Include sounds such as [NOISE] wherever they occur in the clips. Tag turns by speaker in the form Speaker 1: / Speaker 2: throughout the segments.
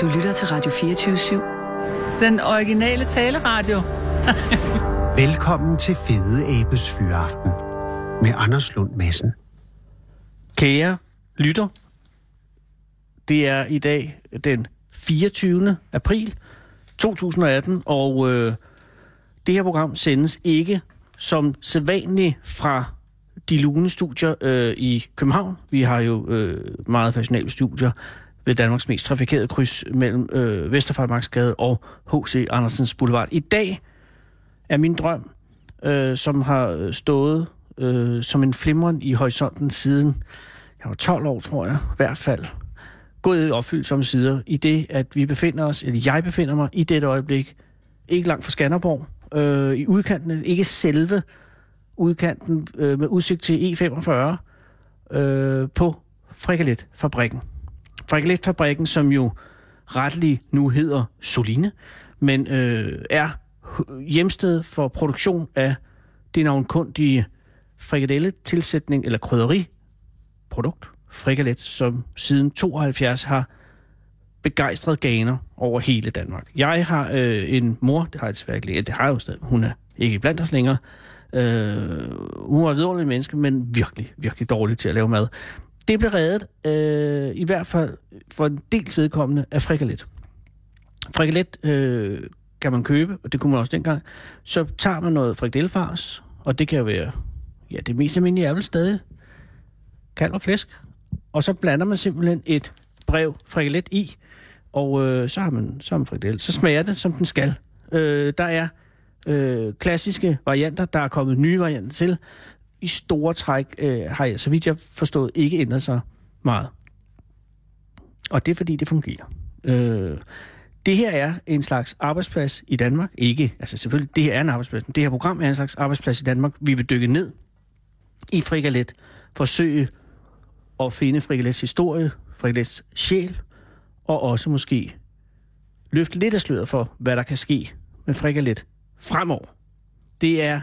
Speaker 1: Du lytter til Radio 24
Speaker 2: Den originale taleradio.
Speaker 3: Velkommen til Fede Abes Fyraften med Anders Lund Madsen.
Speaker 4: Kære lytter, det er i dag den 24. april 2018, og øh, det her program sendes ikke som sædvanligt fra de lune studier øh, i København. Vi har jo øh, meget fashionable studier ved Danmarks mest trafikerede kryds mellem øh, Vesterfarmarksgade og H.C. Andersens Boulevard. I dag er min drøm, øh, som har stået øh, som en flimren i horisonten siden jeg var 12 år, tror jeg, i hvert fald, gået i opfyldelse om sider, i det, at vi befinder os, eller jeg befinder mig i dette øjeblik, ikke langt fra Skanderborg, øh, i udkanten, ikke selve udkanten øh, med udsigt til E45, øh, på Frikaletfabrikken. Frikaletfabrikken, som jo retlig nu hedder Soline, men øh, er hu- hjemsted for produktion af det navnkundige frikadelletilsætning eller krydderiprodukt, frikalet, som siden 72 har begejstret ganer over hele Danmark. Jeg har øh, en mor, det har jeg desværre ikke, lige- det har jeg jo stadig, hun er ikke blandt os længere. Øh, hun var et vidunderligt menneske, men virkelig, virkelig dårlig til at lave mad. Det blev reddet, øh, i hvert fald for en dels vedkommende, af frikalet. Frikalet øh, kan man købe, og det kunne man også dengang. Så tager man noget frikadellefars, og det kan jo være, ja, det mest almindelige er vel stadig kalv og flæsk. Og så blander man simpelthen et brev frikadelet i, og øh, så har man, så har man frikadelle. Så smager det, som den skal. Øh, der er øh, klassiske varianter, der er kommet nye varianter til. I store træk øh, har jeg, så vidt jeg forstået, ikke ændret sig meget. Og det er, fordi det fungerer. Øh, det her er en slags arbejdsplads i Danmark. Ikke, altså selvfølgelig, det her er en arbejdsplads, men det her program er en slags arbejdsplads i Danmark. Vi vil dykke ned i frikalet, forsøge at finde frikalets historie, frikalets sjæl, og også måske løfte lidt af sløret for, hvad der kan ske med frikalet fremover. Det er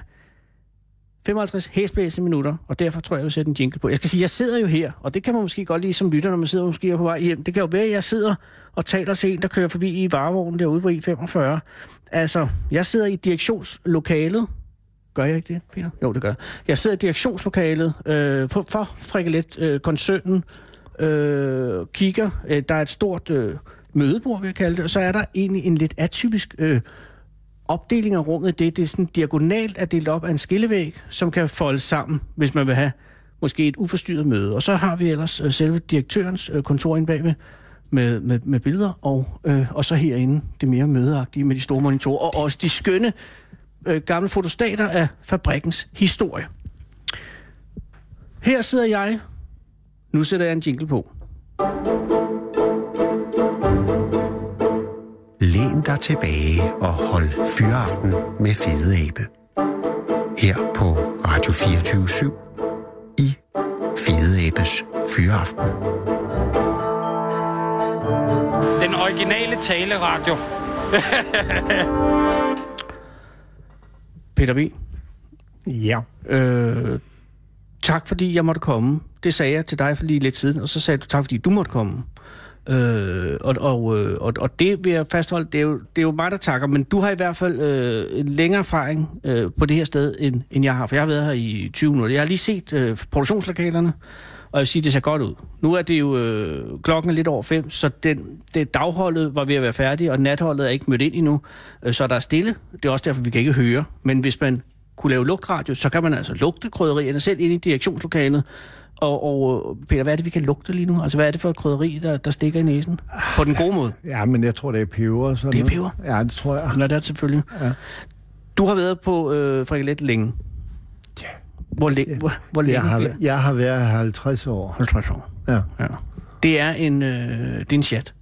Speaker 4: 55 hæsblæsende minutter, og derfor tror jeg, jeg vil sætte en jingle på. Jeg skal sige, jeg sidder jo her, og det kan man måske godt lide som lytter, når man sidder måske er på vej hjem. Det kan jo være, at jeg sidder og taler til en, der kører forbi i varevognen derude på E45. Altså, jeg sidder i direktionslokalet. Gør jeg ikke det, Peter? Jo, det gør jeg. Jeg sidder i direktionslokalet øh, for, for Frikalet-koncernen. Øh, kigger. Øh, der er et stort øh, mødebord, vil jeg kalde det. Og så er der egentlig en lidt atypisk øh, opdeling af rummet, det, det er sådan diagonalt er delt op af en skillevæg, som kan foldes sammen, hvis man vil have måske et uforstyrret møde. Og så har vi ellers øh, selve direktørens øh, kontor inde bagved med, med, med billeder, og, øh, og så herinde det mere mødeagtige med de store monitorer, og også de skønne øh, gamle fotostater af fabrikkens historie. Her sidder jeg. Nu sætter jeg en jingle på.
Speaker 3: Læn dig tilbage og hold Fyraften med Fede Abe. Her på Radio 24 i Fede Abes Fyraften.
Speaker 5: Den originale taleradio.
Speaker 4: Peter B.,
Speaker 6: Ja.
Speaker 4: Øh, tak fordi jeg måtte komme. Det sagde jeg til dig for lige lidt siden, og så sagde du tak fordi du måtte komme. Øh, og, og, øh, og, og det vil jeg fastholde, det er, jo, det er jo mig, der takker, men du har i hvert fald øh, en længere erfaring øh, på det her sted, end, end jeg har, for jeg har været her i 20 minutter. Jeg har lige set øh, produktionslokalerne, og jeg vil sige, det ser godt ud. Nu er det jo øh, klokken er lidt over fem, så den, det dagholdet var ved at være færdig, og natholdet er ikke mødt ind endnu, øh, så der er stille. Det er også derfor, vi kan ikke høre. Men hvis man kunne lave lugtradio, så kan man altså lugte krydderierne selv inde i direktionslokalet. Og, og øh, Peter, hvad er det, vi kan lugte lige nu? Altså, hvad er det for et krydderi, der, der stikker i næsen? På den gode måde.
Speaker 6: Ja, men jeg tror, det er peber. Sådan
Speaker 4: Det er
Speaker 6: noget. Ja, det tror jeg.
Speaker 4: Nå, det er det selvfølgelig. Ja. Du har været på øh, frikalet længe.
Speaker 6: Ja.
Speaker 4: Hvor, læ- hvor, hvor længe?
Speaker 6: Jeg har,
Speaker 4: Peter?
Speaker 6: jeg har været her 50 år.
Speaker 4: 50 år.
Speaker 6: Ja.
Speaker 4: Ja. Det er en, øh, det er en chat.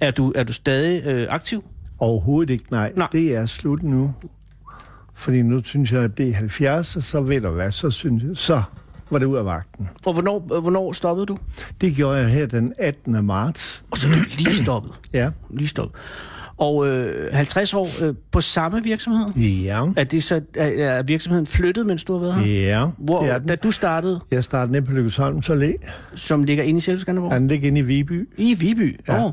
Speaker 4: Er du, er du stadig øh, aktiv?
Speaker 6: Overhovedet ikke, nej.
Speaker 4: Nej.
Speaker 6: Det er slut nu. Fordi nu synes jeg, at det er 70, og så ved du hvad, så, synes jeg, så var det ud af vagten.
Speaker 4: Og hvornår, øh, hvornår stoppede du?
Speaker 6: Det gjorde jeg her den 18. marts.
Speaker 4: Og så er du lige stoppet.
Speaker 6: Ja.
Speaker 4: Lige stoppet. Og øh, 50 år øh, på samme virksomhed?
Speaker 6: Ja.
Speaker 4: Er, det så, er, er virksomheden flyttet, mens du har været her?
Speaker 6: Ja,
Speaker 4: Hvor,
Speaker 6: det er
Speaker 4: da
Speaker 6: den.
Speaker 4: du startede,
Speaker 6: Jeg startede ned på Lykkesholms Allé.
Speaker 4: som ligger inde i selve Skanderborg?
Speaker 6: Den ligger inde i Viby.
Speaker 4: I Viby? Ja.
Speaker 6: Ja.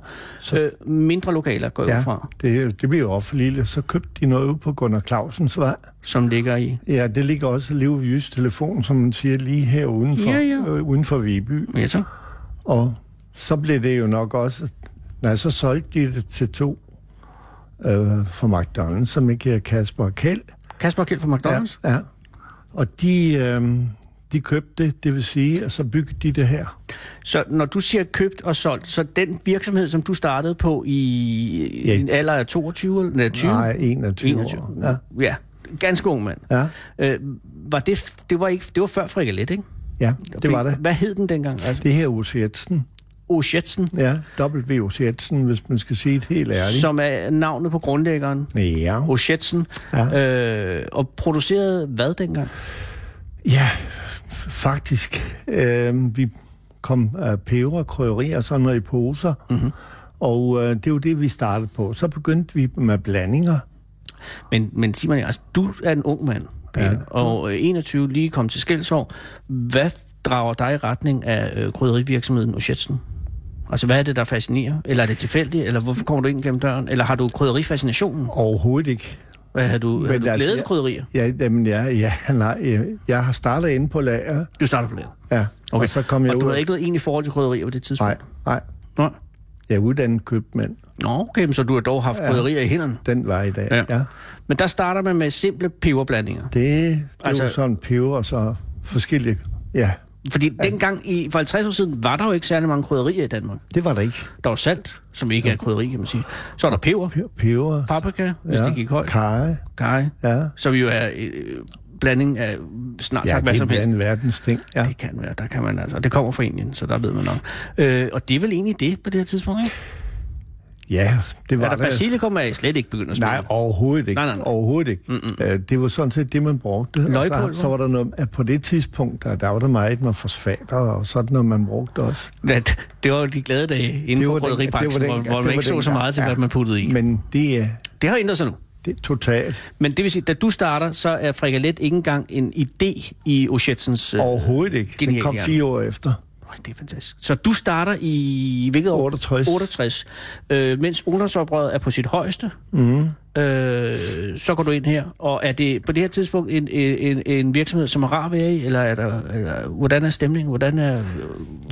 Speaker 4: Oh, øh, mindre lokaler går ja.
Speaker 6: Ja,
Speaker 4: fra,
Speaker 6: det, det blev offentligt, så købte de noget ude på Gunnar Clausens vej.
Speaker 4: som ligger i.
Speaker 6: Ja, det ligger også Liv Jys telefon, som man siger, lige her udenfor,
Speaker 4: Ja, ja.
Speaker 6: Øh, uden for Viby.
Speaker 4: Ja, så.
Speaker 6: Og så blev det jo nok også... Nej, så solgte de det til to øh, fra McDonald's, som ikke hedder Kasper og Kjeld.
Speaker 4: Kasper Kjeld fra McDonald's?
Speaker 6: Ja, ja. Og de, øh, de købte det, det vil sige, at så byggede de det her.
Speaker 4: Ja. Så når du siger købt og solgt, så den virksomhed, som du startede på i ja.
Speaker 6: Ja.
Speaker 4: en alder af 22 eller nej, 20?
Speaker 6: Nej, 21, 21. år. Ja.
Speaker 4: ja. Ganske ung mand.
Speaker 6: Ja,
Speaker 4: Øh, var det, f- det, var ikke, det var før Frikalet, ikke?
Speaker 6: ja, det var det.
Speaker 4: Hvad hed den dengang? Altså,
Speaker 6: Det her O.C. Jensen.
Speaker 4: Osjetsen,
Speaker 6: Ja, W.O.C. Jensen, hvis man skal sige det helt ærligt.
Speaker 4: som er navnet på grundlæggeren.
Speaker 6: Ja.
Speaker 4: Osjetsen.
Speaker 6: Ja.
Speaker 4: Øh, og producerede hvad dengang?
Speaker 6: ja, f- faktisk. Øh, vi kom af peber, krydderi og sådan noget i poser.
Speaker 4: Mhm.
Speaker 6: Mm-hmm. Og øh, det er jo det, vi startede på. Så begyndte vi med blandinger.
Speaker 4: Men, men Simon, altså, du er en ung mand, Peter, ja.
Speaker 6: Ja.
Speaker 4: og øh, 21 lige kom til Skældsår. Hvad drager dig i retning af øh, krydderivirksomheden Osjetsen? Altså, hvad er det, der fascinerer? Eller er det tilfældigt? Eller hvorfor kommer du ind gennem døren? Eller har du krydderifascinationen?
Speaker 6: Overhovedet ikke.
Speaker 4: Hvad har du, har du
Speaker 6: altså,
Speaker 4: glæde ved
Speaker 6: jeg-
Speaker 4: krydderier?
Speaker 6: Ja, jamen, ja, [LAUGHS] ja, nej, jeg, jeg har startet inde på lager.
Speaker 4: Du starter på lavet.
Speaker 6: Ja, okay.
Speaker 4: Okay.
Speaker 6: og så kom jeg
Speaker 4: Og
Speaker 6: ud.
Speaker 4: du havde ikke noget egentlig forhold til krydderier på det tidspunkt?
Speaker 6: Nej, nej.
Speaker 4: Nej.
Speaker 6: Jeg er uddannet købmand
Speaker 4: Nå, okay, men så du har dog haft krydderier i hænderne.
Speaker 6: den var i dag.
Speaker 4: Ja.
Speaker 6: Ja. ja.
Speaker 4: Men der starter man med simple peberblandinger.
Speaker 6: Det, det
Speaker 4: Altså-
Speaker 6: altså, var sådan peber og så forskellige. Ja,
Speaker 4: Fordi ja. dengang i, for 50 år siden var der jo ikke særlig mange krydderier i Danmark.
Speaker 6: det var der ikke.
Speaker 4: Der var salt, som ikke er krydderi, kan man sige. Så er der peber,
Speaker 6: Pe- Peber.
Speaker 4: paprika, hvis
Speaker 6: ja.
Speaker 4: det gik højt,
Speaker 6: Karre.
Speaker 4: kaj,
Speaker 6: Ja.
Speaker 4: som jo er øh, blanding af snart
Speaker 6: ja,
Speaker 4: sagt hvad som
Speaker 6: det er
Speaker 4: helst.
Speaker 6: en verdens ting. Ja.
Speaker 4: Det kan være, der kan man altså. Og Det kommer fra Indien, så der ved man nok. Øh, og det er vel egentlig det på det her tidspunkt, ikke?
Speaker 6: ja, det var
Speaker 4: Er der basilikum, er jeg slet ikke begyndt at spille.
Speaker 6: Nej, overhovedet ikke.
Speaker 4: Nej, nej, nej.
Speaker 6: Overhovedet ikke. Øh, Det var sådan set det, man brugte. Og
Speaker 4: Løgpulver?
Speaker 6: så, så var der noget, at på det tidspunkt, der, der var der meget med fosfater og sådan noget, man brugte også.
Speaker 4: Det, det var jo de glade dage inden
Speaker 6: Det
Speaker 4: for
Speaker 6: var den-
Speaker 4: krydderibranchen,
Speaker 6: det var
Speaker 4: hvor,
Speaker 6: den-
Speaker 4: hvor
Speaker 6: det
Speaker 4: man
Speaker 6: var
Speaker 4: ikke så
Speaker 6: den
Speaker 4: så meget
Speaker 6: gang,
Speaker 4: til, hvad
Speaker 6: ja.
Speaker 4: man puttede i.
Speaker 6: Men det er,
Speaker 4: Det har ændret sig nu.
Speaker 6: det er totalt
Speaker 4: Men det vil sige, da du starter, så er frikalet ikke engang en idé i Oshetsens... Øh,
Speaker 6: overhovedet ikke.
Speaker 4: genial
Speaker 6: det kom
Speaker 4: hjerne.
Speaker 6: fire år efter.
Speaker 4: Ej, Det er fantastisk. Så du starter i hvilket år?
Speaker 6: 68.
Speaker 4: 68. Øh, mens ungdomsoprøret er på sit højeste,
Speaker 6: Mm-hmm.
Speaker 4: mm. øh, så går du ind her. Og er det på det her tidspunkt en, en, en virksomhed, som er rar at være i? Eller er der, eller, hvordan er stemningen? Hvordan er,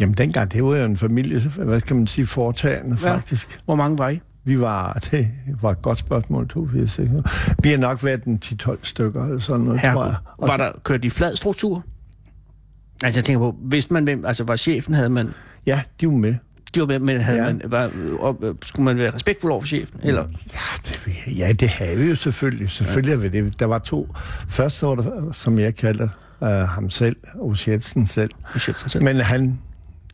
Speaker 6: Jamen dengang, det var jo en familie, hvad skal man sige, foretagende
Speaker 4: Ja.
Speaker 6: ja. faktisk.
Speaker 4: hvor mange var I?
Speaker 6: Vi var, det var et godt spørgsmål, to, vi er sikre. Vi har nok været den 10-12 stykker, eller sådan noget, tror jeg.
Speaker 4: Herre,
Speaker 6: Og
Speaker 4: var der kørt i flad struktur? Altså jeg tænker på, vidste man hvem, altså var chefen, havde man,
Speaker 6: Ja, de var med.
Speaker 4: de var med, men havde ja.
Speaker 6: Ja.
Speaker 4: man, var, op, skulle man være respektfuld over for chefen? Eller,
Speaker 6: Ja, det, ja, det havde vi jo selvfølgelig. Selvfølgelig ja. det. Der var to. Først var der, som jeg kaldte øh, ham selv, Ous Jensen selv.
Speaker 4: nu siger jeg sådan selv.
Speaker 6: Men han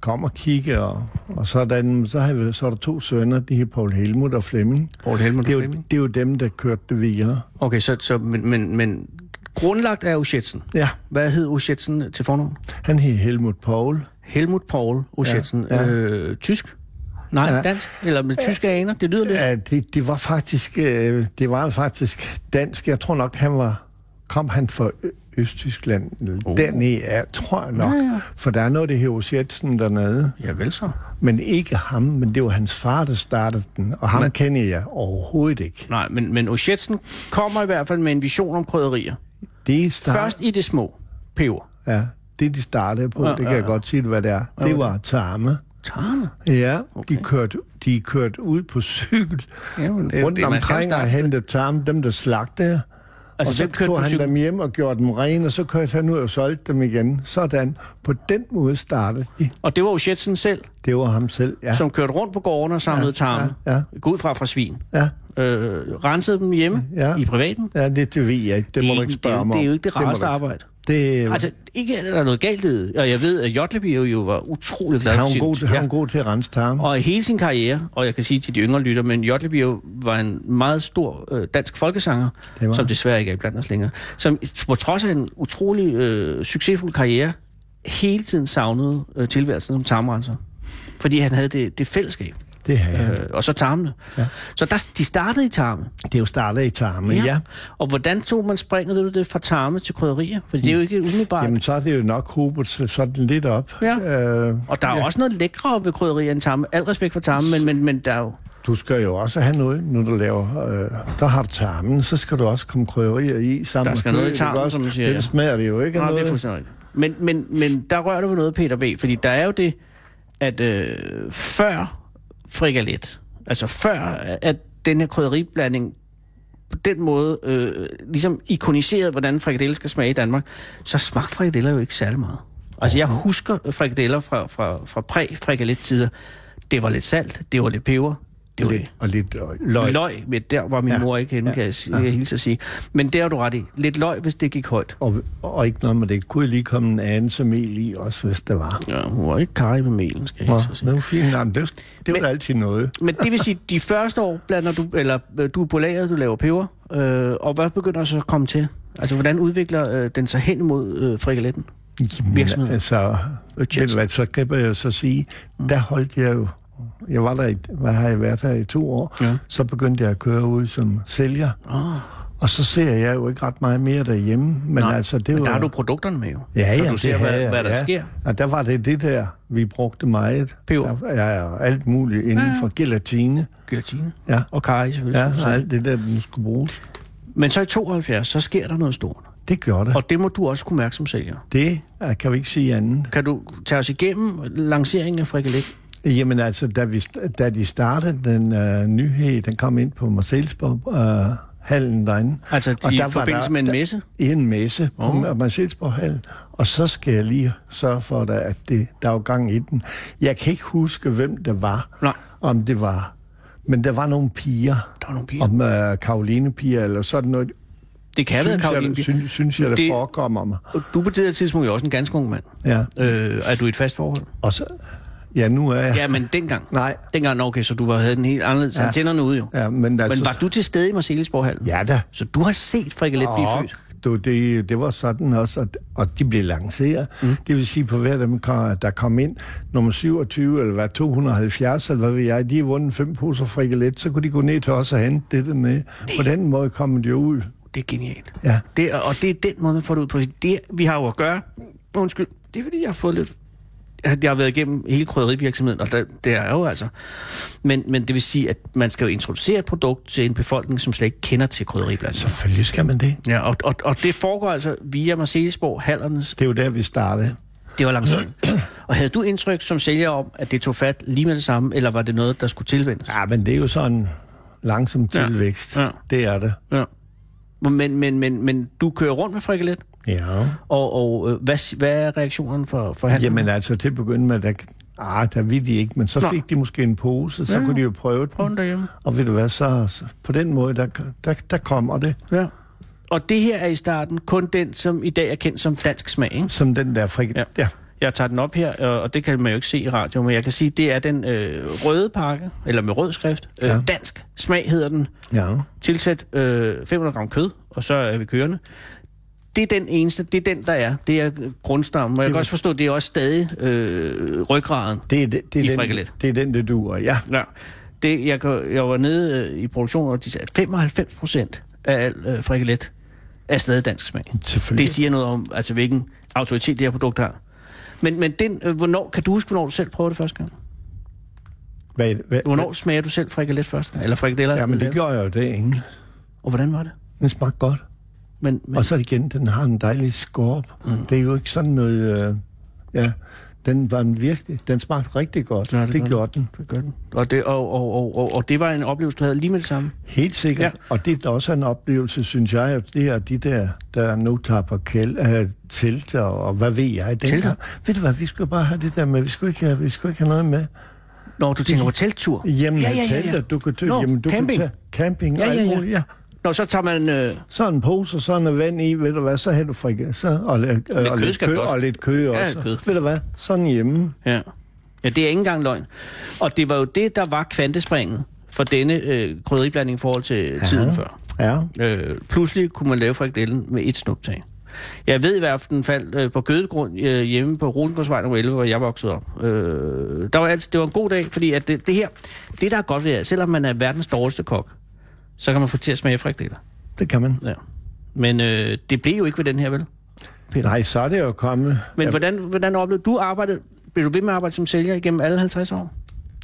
Speaker 6: kom og kiggede, og, og sådan, så, havde vi, så er der to sønner, de hedder Paul Helmut og Flemming.
Speaker 4: Poul Helmut og
Speaker 6: det er, jo,
Speaker 4: Flemming.
Speaker 6: det er jo dem, der kørte det videre.
Speaker 4: Okay, så, så men, men, men grundlagt er Oshetsen.
Speaker 6: Ja,
Speaker 4: Hvad hed Oshetsen til fornavn?
Speaker 6: han hed Helmut Paul.
Speaker 4: Helmut Paul Oshetsen. Ja,
Speaker 6: Ja,
Speaker 4: ja.
Speaker 6: ja.
Speaker 4: Øh, tysk? Nej, ja.
Speaker 6: Ja.
Speaker 4: dansk? Eller med tyske aner? Det lyder lidt.
Speaker 6: Ja, det, det var faktisk øh, det var faktisk dansk. Jeg tror nok han var kom han fra Ø- Østtyskland. Oh. Den er tror jeg nok, ja, ja. for der er noget af det her hos Jensen dernede,
Speaker 4: Ja, vel så.
Speaker 6: men ikke ham, men det var hans far der startede den, og ham men... kender jeg overhovedet ikke.
Speaker 4: Nej, men, men Oshetsen kommer i hvert fald med en vision om krydderier.
Speaker 6: Det start...
Speaker 4: Først i det små. Peber.
Speaker 6: ja, det de startede på,
Speaker 4: Ja,
Speaker 6: ja, det kan
Speaker 4: ja,
Speaker 6: jeg
Speaker 4: ja.
Speaker 6: godt sige, hvad det er. Det var tarme.
Speaker 4: Tarme.
Speaker 6: Ja, okay. de kørte de kørte ud på cykel
Speaker 4: Jamen,
Speaker 6: rundt
Speaker 4: man skal
Speaker 6: omkring
Speaker 4: starte
Speaker 6: og
Speaker 4: et sted.
Speaker 6: hentede tarme, dem der slagtede.
Speaker 4: Altså,
Speaker 6: Altså, og så
Speaker 4: hvem kørte
Speaker 6: tog
Speaker 4: på
Speaker 6: han
Speaker 4: cykel?
Speaker 6: dem hjem og gjorde dem rene, og så kørte han ud og solgte dem igen. Sådan. På den måde startede de.
Speaker 4: Og det var Oshetsen selv,
Speaker 6: Det var ham selv, ja.
Speaker 4: ja. som kørte rundt på gården og samlede ja, tarme.
Speaker 6: ja, ja.
Speaker 4: Gå ud fra fra svin.
Speaker 6: Ja,
Speaker 4: Øh, rensede dem hjemme ja.
Speaker 6: Ja.
Speaker 4: i privaten.
Speaker 6: ja det, det ved jeg ikke. Det, må du
Speaker 4: er
Speaker 6: ikke
Speaker 4: det, er
Speaker 6: spørge
Speaker 4: jo-
Speaker 6: mig om.
Speaker 4: det er jo ikke det
Speaker 6: må
Speaker 4: rareste
Speaker 6: du-
Speaker 4: arbejde.
Speaker 6: Det, altså,
Speaker 4: Altså, ikke er der noget galt i det. Og jeg ved, at Jotleby jo, jo var utrolig glad
Speaker 6: han
Speaker 4: for
Speaker 6: var
Speaker 4: sit-
Speaker 6: god, til- han var god til at rense tarme.
Speaker 4: Og i hele sin karriere, og jeg kan sige til de yngre lytter, men Jotleby jo var en meget stor øh, dansk folkesanger,
Speaker 6: Det var
Speaker 4: som
Speaker 6: han.
Speaker 4: desværre ikke er blandt os længere, som på trods af en utrolig øh, succesfuld karriere, altså. hele tiden savnede øh, tilværelsen som tarmrenser. Fordi han havde det, det fællesskab.
Speaker 6: Det har jeg.
Speaker 4: Øh, og så tarmene. Ja. Så der, de startede i tarme.
Speaker 6: Det er jo startet i tarmen, ja. ja.
Speaker 4: Og hvordan tog man springet, ved du det, fra tarme til krydderier? For det er jo ikke umiddelbart.
Speaker 6: Mm. Jamen, så er det jo nok hobet sig sådan lidt op.
Speaker 4: Ja.
Speaker 6: Øh,
Speaker 4: og der er ja. også noget lækre ved krydderier end tarme. Al respekt for tarme, men, men, men der er jo...
Speaker 6: du skal jo også have noget, når du laver... Øh, der har du tarmen, så skal du også komme krydderier i sammen.
Speaker 4: Der skal
Speaker 6: med
Speaker 4: noget i
Speaker 6: kødet,
Speaker 4: tarmen,
Speaker 6: ikke også?
Speaker 4: som man siger,
Speaker 6: Ellers
Speaker 4: ja.
Speaker 6: smager det jo ikke af
Speaker 4: Nå, det er
Speaker 6: noget.
Speaker 4: fuldstændig rigtigt. men, men, men der rører du ved noget, Peter B., fordi der er jo det, at øh, før frikalet, altså før, at den her krydderiblanding på den måde øh, ligesom ikoniserede, hvordan frikadeller skal smage i Danmark, så smagte frikadeller jo ikke særlig meget. Altså, jeg husker frikadeller fra, fra, fra præ-frikalet-tider. Det var lidt salt, det var lidt peber, det var lidt
Speaker 6: Lidt, og lidt løg.
Speaker 4: løg. løg med, der var min ja.
Speaker 6: Ja.
Speaker 4: mor ikke henne, ja. kan jeg, ja. jeg hilse at sige. Men der har du ret i. Lidt løg, hvis det gik højt.
Speaker 6: Og, og ikke noget med det. Kunne lige komme en anelse mel i også, hvis det var.
Speaker 4: Ja, hun var ikke karrig med melen, skal jeg
Speaker 6: Nå,
Speaker 4: hilse at sige.
Speaker 6: det var fint. Jamen, det, det var
Speaker 4: Men-
Speaker 6: da altid noget.
Speaker 4: Men det vil sige, de første år blander du, eller øh, du er på lageret, du laver peber, øh, og hvad begynder så at komme til? Altså, hvordan udvikler øh, den sig hen mod øh, frikaletten? Virksomheden.
Speaker 6: Jamen, altså, ved du
Speaker 4: tjenesten.
Speaker 6: hvad, så kan jeg jo så sige,
Speaker 4: Mm.
Speaker 6: der holdt jeg jo, jeg var der i, hvad har jeg været der i to år,
Speaker 4: Ja.
Speaker 6: ja. så begyndte jeg at køre ud som sælger,
Speaker 4: Oh,
Speaker 6: og så ser jeg jo ikke ret meget mere derhjemme, men altså, det
Speaker 4: men
Speaker 6: var...
Speaker 4: der har du produkterne med jo.
Speaker 6: Ja,
Speaker 4: så
Speaker 6: ja,
Speaker 4: du ser,
Speaker 6: det havde
Speaker 4: hvad,
Speaker 6: jeg,
Speaker 4: hvad der
Speaker 6: ja.
Speaker 4: sker.
Speaker 6: Og der var det det der, vi brugte meget.
Speaker 4: Peber.
Speaker 6: Der, ja, og alt muligt inden
Speaker 4: Ja, ja.
Speaker 6: ja. for gelatine.
Speaker 4: Gelatine
Speaker 6: Ja,
Speaker 4: og karri selvfølgelig.
Speaker 6: ja
Speaker 4: som du
Speaker 6: og
Speaker 4: sagde.
Speaker 6: alt det der, den skulle bruges.
Speaker 4: Men så i 72, så sker der noget stort.
Speaker 6: Det gjorde det. Og
Speaker 4: Og det må du også kunne mærke som sælger.
Speaker 6: det øh, kan vi ikke sige andet.
Speaker 4: Kan du tage os igennem lanceringen af frikalet?
Speaker 6: Jamen altså, da, vi, da de startede den øh, nyhed, den kom ind på Marcelsborg øh, hallen derinde.
Speaker 4: Altså
Speaker 6: Og
Speaker 4: i
Speaker 6: der var
Speaker 4: forbindelse
Speaker 6: der-
Speaker 4: med en
Speaker 6: der-
Speaker 4: messe?
Speaker 6: I en messe på
Speaker 4: Åh.
Speaker 6: oh. Marcelsborg hallen. Og så skal jeg lige sørge for dig, at det, der var gang i den. Jeg kan ikke huske, hvem det var.
Speaker 4: Nej.
Speaker 6: Om det var... Men der var nogle piger.
Speaker 4: Der var nogle piger.
Speaker 6: Om øh, Karoline-piger eller sådan noget.
Speaker 4: Det kan være, Karoline.
Speaker 6: jeg, synes, synes jeg, det,
Speaker 4: Det-
Speaker 6: det forekommer mig.
Speaker 4: Du er på det her tidspunkt jo også en ganske ung mand.
Speaker 6: Ja.
Speaker 4: Øh, er du i et fast forhold?
Speaker 6: Og så... Ja, nu er jeg...
Speaker 4: Ja, men dengang.
Speaker 6: Nej.
Speaker 4: Dengang, nå, okay, så du var, havde den helt anderledes. Ja. Antennerne ude jo. Ja,
Speaker 6: Ja, men altså...
Speaker 4: men var du til stede i Marcelisborghallen?
Speaker 6: Ja da.
Speaker 4: Så du har set frikalet blive
Speaker 6: Og
Speaker 4: født?
Speaker 6: Du, det, det var sådan også, at, og de blev lanceret. Mm. Det vil sige, på hver af dem, kom- der kom ind, nummer 27, eller hvad, 270, eller hvad ved jeg, de har vundet fem poser frikalet, så kunne de gå ned til os og hente det der med. På den måde kom de jo ud.
Speaker 4: Det er genialt.
Speaker 6: Ja.
Speaker 4: Det, er- og det er den måde, man får det ud på. Det, vi har jo at gøre... Undskyld, det er fordi, jeg har fået lidt... at Jeg har været igennem hele krydderivirksomheden, og der, det er jeg jo altså. Men, men det vil sige, at man skal jo introducere et produkt til en befolkning, som slet ikke kender til krydderiblandet.
Speaker 6: Selvfølgelig skal man det.
Speaker 4: Ja, og, og, og det foregår altså via Marcelisborg, Hallernes
Speaker 6: Det er jo der, vi startede.
Speaker 4: Det var
Speaker 6: [CLEARS THROAT]
Speaker 4: langsomt. Og havde du indtryk som sælger om, at det tog fat lige med det samme, eller var det noget, der skulle tilvendes?
Speaker 6: Ja, men det er jo sådan en langsom
Speaker 4: Ja.
Speaker 6: tilvækst.
Speaker 4: Ja.
Speaker 6: Det er det.
Speaker 4: Ja. Men, men, men, men du kører rundt med frikalet,
Speaker 6: Ja.
Speaker 4: og, og øh, hvad, si- hvad er reaktionen for, for handlen?
Speaker 6: Jamen altså, til at begynde med, der, ah, der ville de ikke, men så
Speaker 4: Nå.
Speaker 6: Nå. fik de måske en pose, så
Speaker 4: Ja.
Speaker 6: ja. kunne de jo prøve den.
Speaker 4: Prøv den derhjemme.
Speaker 6: Og ved du hvad, så, så på den måde, der, der, der kommer det,
Speaker 4: Ja. Og det her er i starten kun den, som i dag er kendt som dansk smag, ikke?
Speaker 6: som den der frik...
Speaker 4: Ja.
Speaker 6: Ja. ja.
Speaker 4: Jeg tager den op her, og og det kan man jo ikke se i radio, men jeg kan sige, det er den øh, røde pakke, eller med rød skrift. Øh,
Speaker 6: Ja.
Speaker 4: Dansk smag hedder den.
Speaker 6: ja.
Speaker 4: Tilsæt øh, 500 gram kød, og så er vi kørende. Det er den eneste, det er den, der er. Det er øh, grundstammen. Og jeg
Speaker 6: Det
Speaker 4: kan
Speaker 6: var-
Speaker 4: også forstå, det er også stadig øh, ryggraden.
Speaker 6: Det, er, det, det,
Speaker 4: I
Speaker 6: er den,
Speaker 4: frikadeller.
Speaker 6: det er den, det duer, ja.
Speaker 4: Ja. Det, jeg, kan- jeg var nede øh, i produktionen, og de sagde, at 95 procent af al øh, frikalet er stadig dansk smag.
Speaker 6: Selvfølgelig.
Speaker 4: Det siger noget om, altså, hvilken autoritet det her produkt har. Men, men den, øh, hvornår, kan du huske, hvornår du selv prøvede det første gang?
Speaker 6: Hvad, hvad,
Speaker 4: Hvornår smager du selv frikalet første gang? Eller frikadeller?
Speaker 6: Ja, men det
Speaker 4: Eller-
Speaker 6: gjorde jeg jo det, ikke?
Speaker 4: Og hvordan var det?
Speaker 6: Den smagte godt.
Speaker 4: Men, men,
Speaker 6: Og så igen, den har en dejlig skorp. Mm. Det er jo ikke sådan noget... Øh, ja, den var en virkelig... Den smagte rigtig godt.
Speaker 4: Ja,
Speaker 6: Ja,
Speaker 4: det
Speaker 6: det, det
Speaker 4: gør
Speaker 6: gjorde den.
Speaker 4: Det gør den. Og det, og, og, og, og, og det var en oplevelse, du havde lige med det samme.
Speaker 6: Helt sikkert.
Speaker 4: Ja.
Speaker 6: Ja. Og det er da også en oplevelse, synes jeg, at det her, de der, der nu tager på kæld, øh, telt og, og hvad ved jeg. Den
Speaker 4: Telter?
Speaker 6: her. Ved du hvad, vi skulle bare have det der med, vi skulle ikke have, vi skulle ikke have noget med.
Speaker 4: Når du tænker på telttur.
Speaker 6: Jamen,
Speaker 4: ja, ja, ja, ja.
Speaker 6: telter, du kan tø-
Speaker 4: Nå,
Speaker 6: jamen, du
Speaker 4: camping.
Speaker 6: Kan tage camping ja, og alt ja, ja. muligt. Ja.
Speaker 4: Nå, så tager man... Øh,
Speaker 6: Så en pose og sådan noget vand i, ved du hvad, så har du frik, så, og, lidt, øh,
Speaker 4: kød
Speaker 6: og, lidt
Speaker 4: skal
Speaker 6: kø,
Speaker 4: godt.
Speaker 6: og lidt kød
Speaker 4: Ja,
Speaker 6: også.
Speaker 4: kød.
Speaker 6: Ved du hvad, sådan hjemme.
Speaker 4: ja. ja, det er ikke engang løgn. Og det var jo det, der var kvantespringet for denne øh, krydderiblanding i forhold til tiden før.
Speaker 6: Ja,
Speaker 4: Øh, pludselig kunne man lave frikadellen med et snuptag. Jeg ved i hvert fald, den faldt øh, på Gødegrund øh, hjemme på Rosengårdsvej nummer 11, hvor jeg voksede op. Øh, der var altid, det var en god dag, fordi at det, det her, det der er godt ved det, selvom man er verdens dårligste kok, så kan man få til at smage frikadeller.
Speaker 6: Det kan man.
Speaker 4: Ja. Men øh, det blev jo ikke ved den her, vel?
Speaker 6: Nej, så er det jo kommet.
Speaker 4: Men ja. hvordan, hvordan oplevede du arbejdet? Blev du ved med at arbejde som sælger igennem alle 50 år?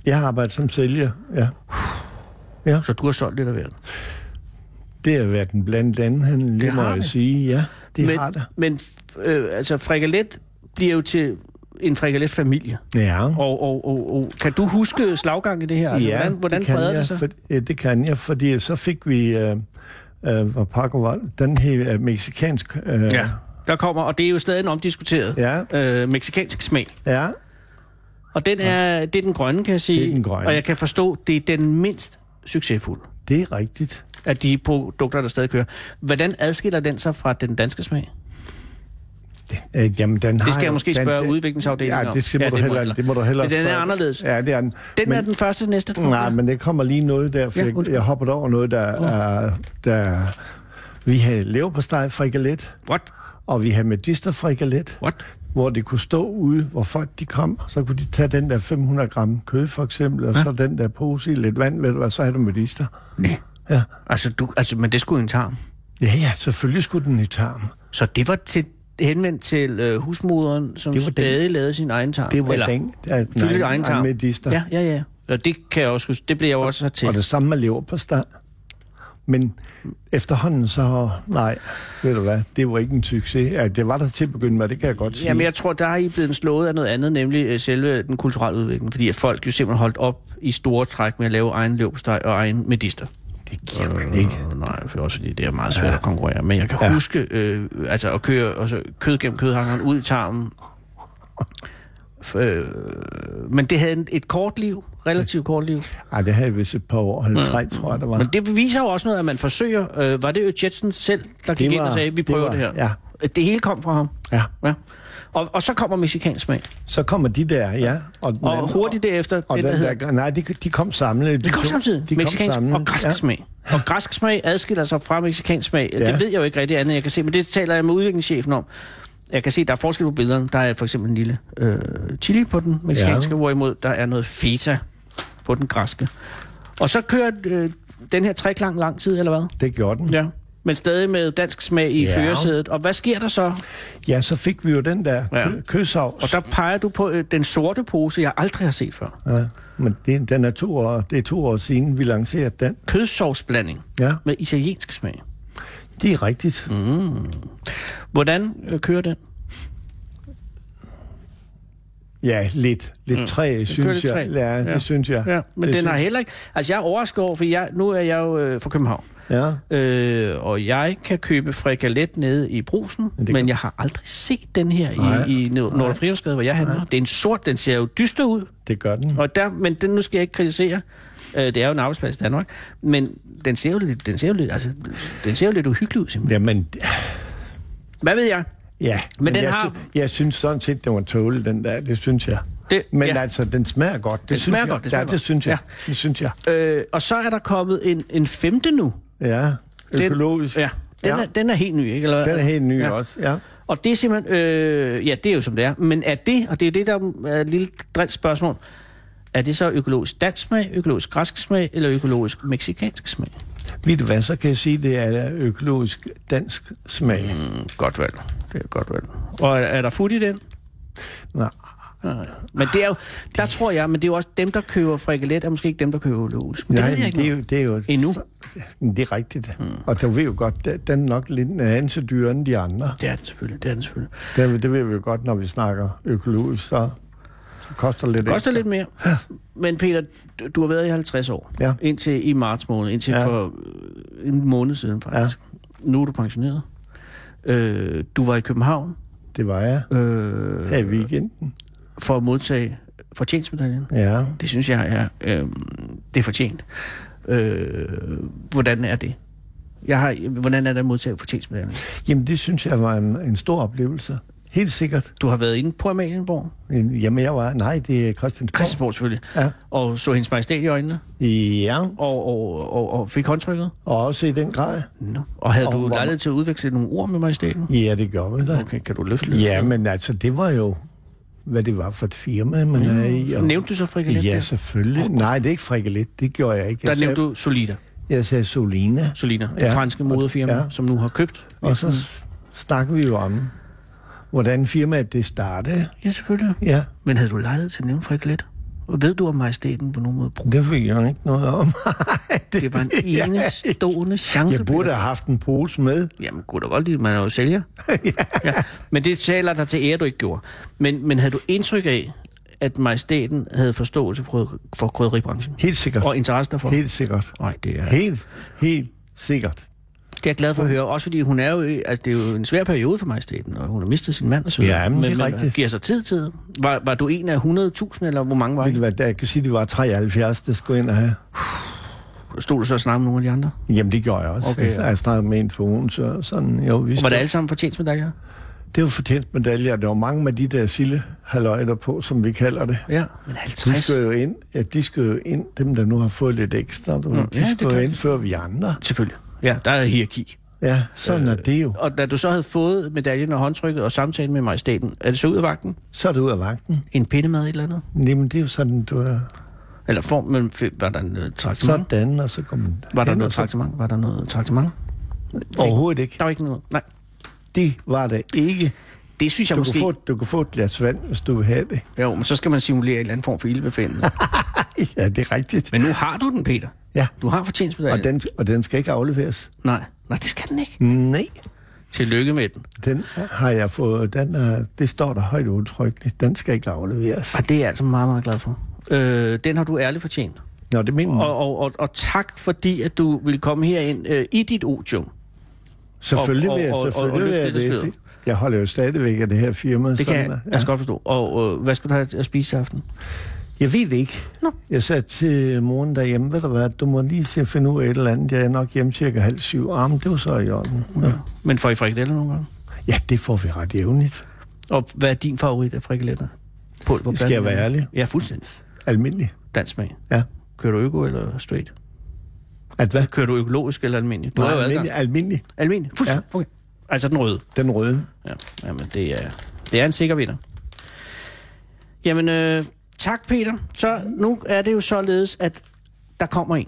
Speaker 6: Jeg har arbejdet som sælger, ja.
Speaker 4: Så du har solgt lidt af hvert.
Speaker 6: Det har været en blandt andet, han lige
Speaker 4: Det
Speaker 6: må
Speaker 4: har
Speaker 6: jeg
Speaker 4: det.
Speaker 6: sige. Ja, det
Speaker 4: men,
Speaker 6: har der.
Speaker 4: Men f- øh, altså, frikalet bliver jo til en frikaletfamilie.
Speaker 6: Ja.
Speaker 4: Og, og, og, og kan du huske slaggang i det her? Altså, hvordan hvordan
Speaker 6: kan
Speaker 4: breder
Speaker 6: jeg,
Speaker 4: det sig?
Speaker 6: For, ja, det kan jeg, fordi så fik vi øh, øh, var Paco Wall, den her øh, meksikansk... Øh,
Speaker 4: Ja, der kommer, og det er jo stadig en omdiskuteret
Speaker 6: Ja.
Speaker 4: øh, meksikansk smag.
Speaker 6: ja.
Speaker 4: Og den er, det er den grønne, kan jeg sige.
Speaker 6: den grønne.
Speaker 4: Og jeg kan forstå, det er den mindst succesfulde
Speaker 6: det er rigtigt.
Speaker 4: af de produkter, der stadig kører. Hvordan adskiller den sig fra den danske smag?
Speaker 6: Øh, jamen, den har
Speaker 4: Det skal jeg
Speaker 6: jo-
Speaker 4: måske
Speaker 6: den,
Speaker 4: spørge
Speaker 6: den-
Speaker 4: udviklingsafdelingen
Speaker 6: Ja,
Speaker 4: om.
Speaker 6: det, skal,
Speaker 4: Ja,
Speaker 6: må,
Speaker 4: det
Speaker 6: du
Speaker 4: må
Speaker 6: heller,
Speaker 4: jeg-
Speaker 6: det må du hellere
Speaker 4: Men den er
Speaker 6: spørge-
Speaker 4: anderledes.
Speaker 6: Ja, det er den.
Speaker 4: Den
Speaker 6: men,
Speaker 4: men, er den første næste, tror
Speaker 6: Nej,
Speaker 4: jeg.
Speaker 6: men der kommer lige noget der, for
Speaker 4: Ja,
Speaker 6: jeg,
Speaker 4: undskyld. Uh.
Speaker 6: jeg hopper over noget, der, er, der... Vi havde leverpostej frikalet,
Speaker 4: What?
Speaker 6: og vi havde medisterfrikalet.
Speaker 4: What?
Speaker 6: hvor det kunne stå ude, hvor folk de kom, så kunne de tage den der 500 gram kød for eksempel, og ja. så den der pose i lidt vand, ved du hvad, så havde du medister.
Speaker 4: Nej.
Speaker 6: Ja.
Speaker 4: Altså, du, altså, men det skulle en tarm.
Speaker 6: Ja, ja, selvfølgelig skulle den i tarm.
Speaker 4: Så det var til, henvendt til øh, husmoderen, som
Speaker 6: Det var den-
Speaker 4: stadig lavede sin egen tarm.
Speaker 6: Det var
Speaker 4: Eller
Speaker 6: den, at
Speaker 4: fyldte egen tarm.
Speaker 6: medister.
Speaker 4: Ja, ja, ja. Og det kan jeg også huske. Det blev jeg jo også så til.
Speaker 6: Og det samme med leverpostej. Men efterhånden så, nej, ved du hvad, det var ikke en succes. Ja, det var der til at begynde med, det kan jeg godt sige.
Speaker 4: Jamen, jeg tror, der er I blevet slået af noget andet, nemlig øh, selve den kulturelle udvikling. Fordi at folk jo simpelthen holdt op i store træk med at lave egen løbsteg og egen medister.
Speaker 6: Det giver man ikke.
Speaker 4: Øh, nej, for også fordi det er meget svært ja. at konkurrere. Men jeg kan ja. huske, øh, altså at køre altså, kød gennem kødhangeren ud i tarmen. F- Øh, men det havde en- et kort liv, relativt kort liv.
Speaker 6: Ej, det havde jeg vist et par år, 50 tror jeg, der var.
Speaker 4: Mm. Men det viser jo også noget, at man forsøger. Øh, var det jo Jetsen selv, der gik ind og
Speaker 6: var-
Speaker 4: sagde, vi
Speaker 6: det
Speaker 4: prøver
Speaker 6: var-
Speaker 4: det, her?
Speaker 6: ja.
Speaker 4: Det hele kom fra ham.
Speaker 6: Ja,
Speaker 4: Ja. Og, og så kommer mexikansk smag.
Speaker 6: så kommer de der, ja. Og, den
Speaker 4: Og
Speaker 6: anden-
Speaker 4: hurtigt derefter,
Speaker 6: Og
Speaker 4: det der
Speaker 6: den
Speaker 4: hedder...
Speaker 6: der, nej, de, de kom samlet.
Speaker 4: Det kom
Speaker 6: to-
Speaker 4: samtidig.
Speaker 6: De
Speaker 4: Mexikansk
Speaker 6: kom samlet.
Speaker 4: og græsk ja. smag. Og græsk smag adskiller sig fra mexikansk smag. Ja.
Speaker 6: Ja.
Speaker 4: Det ved jeg jo ikke rigtig andet, jeg kan se, men det taler jeg med udviklingschefen om. Jeg kan se, der er forskel på billederne. Der er for eksempel en lille øh, chili på den mexikanske, ja. hvorimod der er noget feta på den græske. Og så kører øh, den her treklang lang tid, eller hvad?
Speaker 6: Det gjorde den. Ja.
Speaker 4: Ja. Men stadig med dansk smag i
Speaker 6: Ja.
Speaker 4: ja. førersædet. Og hvad sker der så?
Speaker 6: ja, så fik vi jo den der
Speaker 4: Ja.
Speaker 6: kø- kødsovs.
Speaker 4: Og der peger du på øh, den sorte pose, jeg aldrig har set før.
Speaker 6: Ja, men det, den er to år, det er to år siden, vi lancerede den.
Speaker 4: Kødsovsblanding
Speaker 6: Ja,
Speaker 4: med italiensk smag.
Speaker 6: det er rigtigt. Mm.
Speaker 4: Hvordan øh, kører den?
Speaker 6: Ja, lidt. Lidt mm. træ, synes
Speaker 4: lidt
Speaker 6: jeg.
Speaker 4: træ.
Speaker 6: Ja, det
Speaker 4: Ja.
Speaker 6: synes jeg.
Speaker 4: Ja, men
Speaker 6: det
Speaker 4: den har
Speaker 6: synes-
Speaker 4: heller ikke... Altså, jeg er overrasket over, for jeg, nu er jeg jo øh, fra København.
Speaker 6: Ja,
Speaker 4: Øh, og jeg kan købe frikalet nede i brusen, men,
Speaker 6: kan-
Speaker 4: jeg har aldrig set den her
Speaker 6: Nej.
Speaker 4: i, i Nordre Frihedsgade, hvor jeg handler. Det er en sort, den ser jo dyster ud,
Speaker 6: det gør den.
Speaker 4: og der, men den nu skal jeg ikke kritisere. Øh, det er jo en arbejdsplads i Danmark, men den ser jo lidt, den ser jo lidt, altså, den ser jo lidt uhyggelig ud, simpelthen.
Speaker 6: Jamen,
Speaker 4: Hvad ved jeg?
Speaker 6: ja.
Speaker 4: Men den
Speaker 6: jeg,
Speaker 4: har-
Speaker 6: sy- jeg synes sådan set, det var tåle, den der. Det synes jeg.
Speaker 4: Det-
Speaker 6: men
Speaker 4: ja.
Speaker 6: altså, den smager godt. Det
Speaker 4: Den
Speaker 6: synes
Speaker 4: smager
Speaker 6: jeg.
Speaker 4: godt, den
Speaker 6: Ja,
Speaker 4: smager
Speaker 6: det synes jeg.
Speaker 4: godt.
Speaker 6: Det synes jeg.
Speaker 4: Øh, og så er der kommet en, en femte nu.
Speaker 6: Ja,
Speaker 4: Den-
Speaker 6: økologisk.
Speaker 4: Ja, den,
Speaker 6: Ja.
Speaker 4: Er, den er helt ny, ikke? Eller, hvad?
Speaker 6: Den er helt ny
Speaker 4: Ja.
Speaker 6: ja. også, ja.
Speaker 4: Og det er simpelthen, øh, ja, det er jo som det er, men er det, og det er det, der er et lille drilsk spørgsmål, er det så økologisk dansk smag, økologisk græsk smag, eller økologisk meksikansk smag?
Speaker 6: Ved du hvad, så kan jeg sige, det er økologisk dansk smag. Mm.
Speaker 4: Mm, godt valg. Det er godt valg. Og er, er der fut i den?
Speaker 6: Nej,
Speaker 4: Nej. Men det er jo, der tror jeg, men det er jo også dem, der køber frikalet, er måske ikke dem, der køber økologisk. Men det
Speaker 6: Nej,
Speaker 4: ved jeg ikke
Speaker 6: det, er jo,
Speaker 4: noget
Speaker 6: det er jo...
Speaker 4: Endnu.
Speaker 6: Det er rigtigt. Mm. Og du ved jo godt, den- den er nok lidt en anelse dyrere end de andre.
Speaker 4: Det er den selvfølgelig, det er den selvfølgelig.
Speaker 6: Det, det ved vi jo godt, når vi snakker økologisk, så det koster lidt
Speaker 4: Det koster
Speaker 6: ekstra.
Speaker 4: lidt mere. Men Peter, du- du har været i 50 år.
Speaker 6: Ja.
Speaker 4: Indtil i marts måned. Indtil ja.
Speaker 6: Ja.
Speaker 4: for øh, en måned siden, faktisk. Ja. Nu er du pensioneret. Øh, du var i København
Speaker 6: Det var jeg
Speaker 4: øh,
Speaker 6: her i weekenden.
Speaker 4: for at modtage fortjenstmedaljen.
Speaker 6: Ja.
Speaker 4: Det synes jeg er... Øh, det er fortjent. Øh, hvordan er det? Jeg har, hvordan er det at modtage fortjenstmedaljen?
Speaker 6: Jamen, det synes jeg var en, en stor oplevelse. Helt sikkert.
Speaker 4: Du har været inde på Amalienborg.
Speaker 6: Øh, Jamen, jeg var... Nej, det er Christian
Speaker 4: Christiansborg selvfølgelig.
Speaker 6: Ja.
Speaker 4: Og så hendes majestæt i øjnene.
Speaker 6: Ja,
Speaker 4: Og, og, og, og fik håndtrykket.
Speaker 6: og også i den grad.
Speaker 4: No. Og havde
Speaker 6: Og
Speaker 4: og du
Speaker 6: hvor-
Speaker 4: lejlighed til at udveksle nogle ord med majestæten?
Speaker 6: Ja, det gør man da.
Speaker 4: Okay, kan du løfte lidt?
Speaker 6: Ja, men altså, det var jo, hvad det var for et firma, man er i. Og...
Speaker 4: Nævnte du så frikadeller?
Speaker 6: Ja,
Speaker 4: der?
Speaker 6: selvfølgelig. Nej, det er ikke frikadelet. Det gjorde jeg ikke. Jeg
Speaker 4: Der
Speaker 6: sagde,
Speaker 4: nævnte du Solida.
Speaker 6: jeg sagde Solina,
Speaker 4: Solina, det
Speaker 6: Ja.
Speaker 4: franske moderfirma,
Speaker 6: Ja.
Speaker 4: ja. som nu har købt.
Speaker 6: og så s- snakkede vi jo om, hvordan firmaet det startede.
Speaker 4: Ja, selvfølgelig.
Speaker 6: Ja,
Speaker 4: Men havde du lejlighed til at nævne frikadeller? Og ved du, om majestæten på nogen måde
Speaker 6: [LAUGHS]
Speaker 4: brugte?
Speaker 6: det fik jeg ikke noget om.
Speaker 4: Det var en enestående chance.
Speaker 6: [LAUGHS] Jeg burde have haft en pose med.
Speaker 4: Jamen, kunne da godt lide, man er jo
Speaker 6: [LAUGHS]
Speaker 4: sælger. ja. Men det taler dig til ære, du ikke gjorde. Men, men havde du indtryk af, at majestæten havde forståelse for, for krydderibranchen?
Speaker 6: Helt sikkert.
Speaker 4: Og interesse derfor?
Speaker 6: Helt sikkert.
Speaker 4: Nej, det er, det
Speaker 6: Helt, helt sikkert.
Speaker 4: er jeg glad for at høre. Også fordi hun er jo, i- altså, det er jo en svær periode for majestæten, og hun har mistet sin mand og så videre.
Speaker 6: Ja, men det er
Speaker 4: men
Speaker 6: rigtigt.
Speaker 4: giver sig tid til det. Var, var du en af 100.000, eller hvor mange var
Speaker 6: Ved du
Speaker 4: det?
Speaker 6: hvad, der- Jeg kan sige, det var 73, der skulle ind og have.
Speaker 4: Stod du så og snakkede med nogle af de andre?
Speaker 6: Jamen, det gjorde jeg også.
Speaker 4: Okay,
Speaker 6: Okay,
Speaker 4: ja.
Speaker 6: ja. Jeg snakkede med en for ugen, så sådan, jo, vi
Speaker 4: Og var det
Speaker 6: skulle-
Speaker 4: alle sammen fortjenstmedaljer?
Speaker 6: Det var fortjent medaljer. Der var mange af de der sildehaløjter på, som vi kalder det.
Speaker 4: Ja, men
Speaker 6: De
Speaker 4: 50?
Speaker 6: skal jo ind, ja, de skal jo ind, dem der nu har fået lidt ekstra, du, ja,
Speaker 4: ja, det
Speaker 6: de skal
Speaker 4: er
Speaker 6: jo
Speaker 4: klart.
Speaker 6: ind før vi andre.
Speaker 4: Selvfølgelig. Ja, der er hierarki.
Speaker 6: Ja, sådan øh, er det jo.
Speaker 4: Og da du så havde fået medaljen og håndtrykket og samtalen med majestæten, er det så ud af vagten?
Speaker 6: Så er du ud af vagten.
Speaker 4: En pindemad et eller andet?
Speaker 6: Jamen, det er jo sådan, du er
Speaker 4: Eller form, men f- var der noget traktament?
Speaker 6: sådan, og så kommer den.
Speaker 4: Var der
Speaker 6: hen,
Speaker 4: noget
Speaker 6: og så-
Speaker 4: traktament? Var der noget traktament?
Speaker 6: Overhovedet ikke.
Speaker 4: Der var ikke noget. Nej.
Speaker 6: Det var der ikke.
Speaker 4: Det synes jeg
Speaker 6: Du
Speaker 4: måske...
Speaker 6: kan, få, du kan få et glas vand, hvis du vil have det. [LAUGHS]
Speaker 4: Jo, men så skal man simulere en eller anden form for ildbefindende.
Speaker 6: Ja, det er rigtigt.
Speaker 4: men nu har du den, Peter.
Speaker 6: Ja,
Speaker 4: Du har fortjenstmedaljen.
Speaker 6: og den, og den skal ikke afleveres.
Speaker 4: Nej. Nej, det skal den ikke.
Speaker 6: Nej,
Speaker 4: Tillykke med den.
Speaker 6: den har jeg fået. Den er, det står der højt udtrykkeligt. Den skal ikke afleveres.
Speaker 4: Og det er jeg altså meget, meget glad for. Øh, den har du ærligt fortjent.
Speaker 6: Nå, det mener
Speaker 4: Og, og, og, og tak, fordi at du vil komme herind øh, i dit otium.
Speaker 6: Selvfølgelig
Speaker 4: og-
Speaker 6: vil jeg,
Speaker 4: og- og- og
Speaker 6: selvfølgelig
Speaker 4: løfte
Speaker 6: vil jeg
Speaker 4: det skødet.
Speaker 6: det. Jeg holder jo stadigvæk af det her firma.
Speaker 4: Det kan
Speaker 6: sådan
Speaker 4: jeg,
Speaker 6: er-
Speaker 4: jeg skal godt forstå. Og øh, hvad skal du have at spise til aften?
Speaker 6: Jeg ved det ikke.
Speaker 4: Nå.
Speaker 6: Jeg sagde til moren derhjemme, ved du hvad, du må lige se finde ud af et eller andet. Jeg er nok hjemme cirka halv syv. Ah, men det var så i orden. Ja.
Speaker 4: Men får I frikadeller nogle gange?
Speaker 6: ja, det får vi ret jævnligt.
Speaker 4: Og hvad er din favorit af frikadeller? Pulver,
Speaker 6: Skal jeg
Speaker 4: blanding?
Speaker 6: være ærlig?
Speaker 4: Ja, fuldstændig.
Speaker 6: Almindeligt.
Speaker 4: Dansk smag.
Speaker 6: Ja.
Speaker 4: Kører du øko eller straight?
Speaker 6: At hvad?
Speaker 4: Kører du økologisk eller almindelig? Du
Speaker 6: Nej,
Speaker 4: har jo
Speaker 6: almindelig,
Speaker 4: adgang.
Speaker 6: almindelig.
Speaker 4: Almindelig? Fuldstændig. Ja. Okay. Altså den røde.
Speaker 6: Den røde.
Speaker 4: Ja. Jamen, det er, det er en sikker vinder. Jamen, øh, tak Peter. Så nu er det jo således, at der kommer en,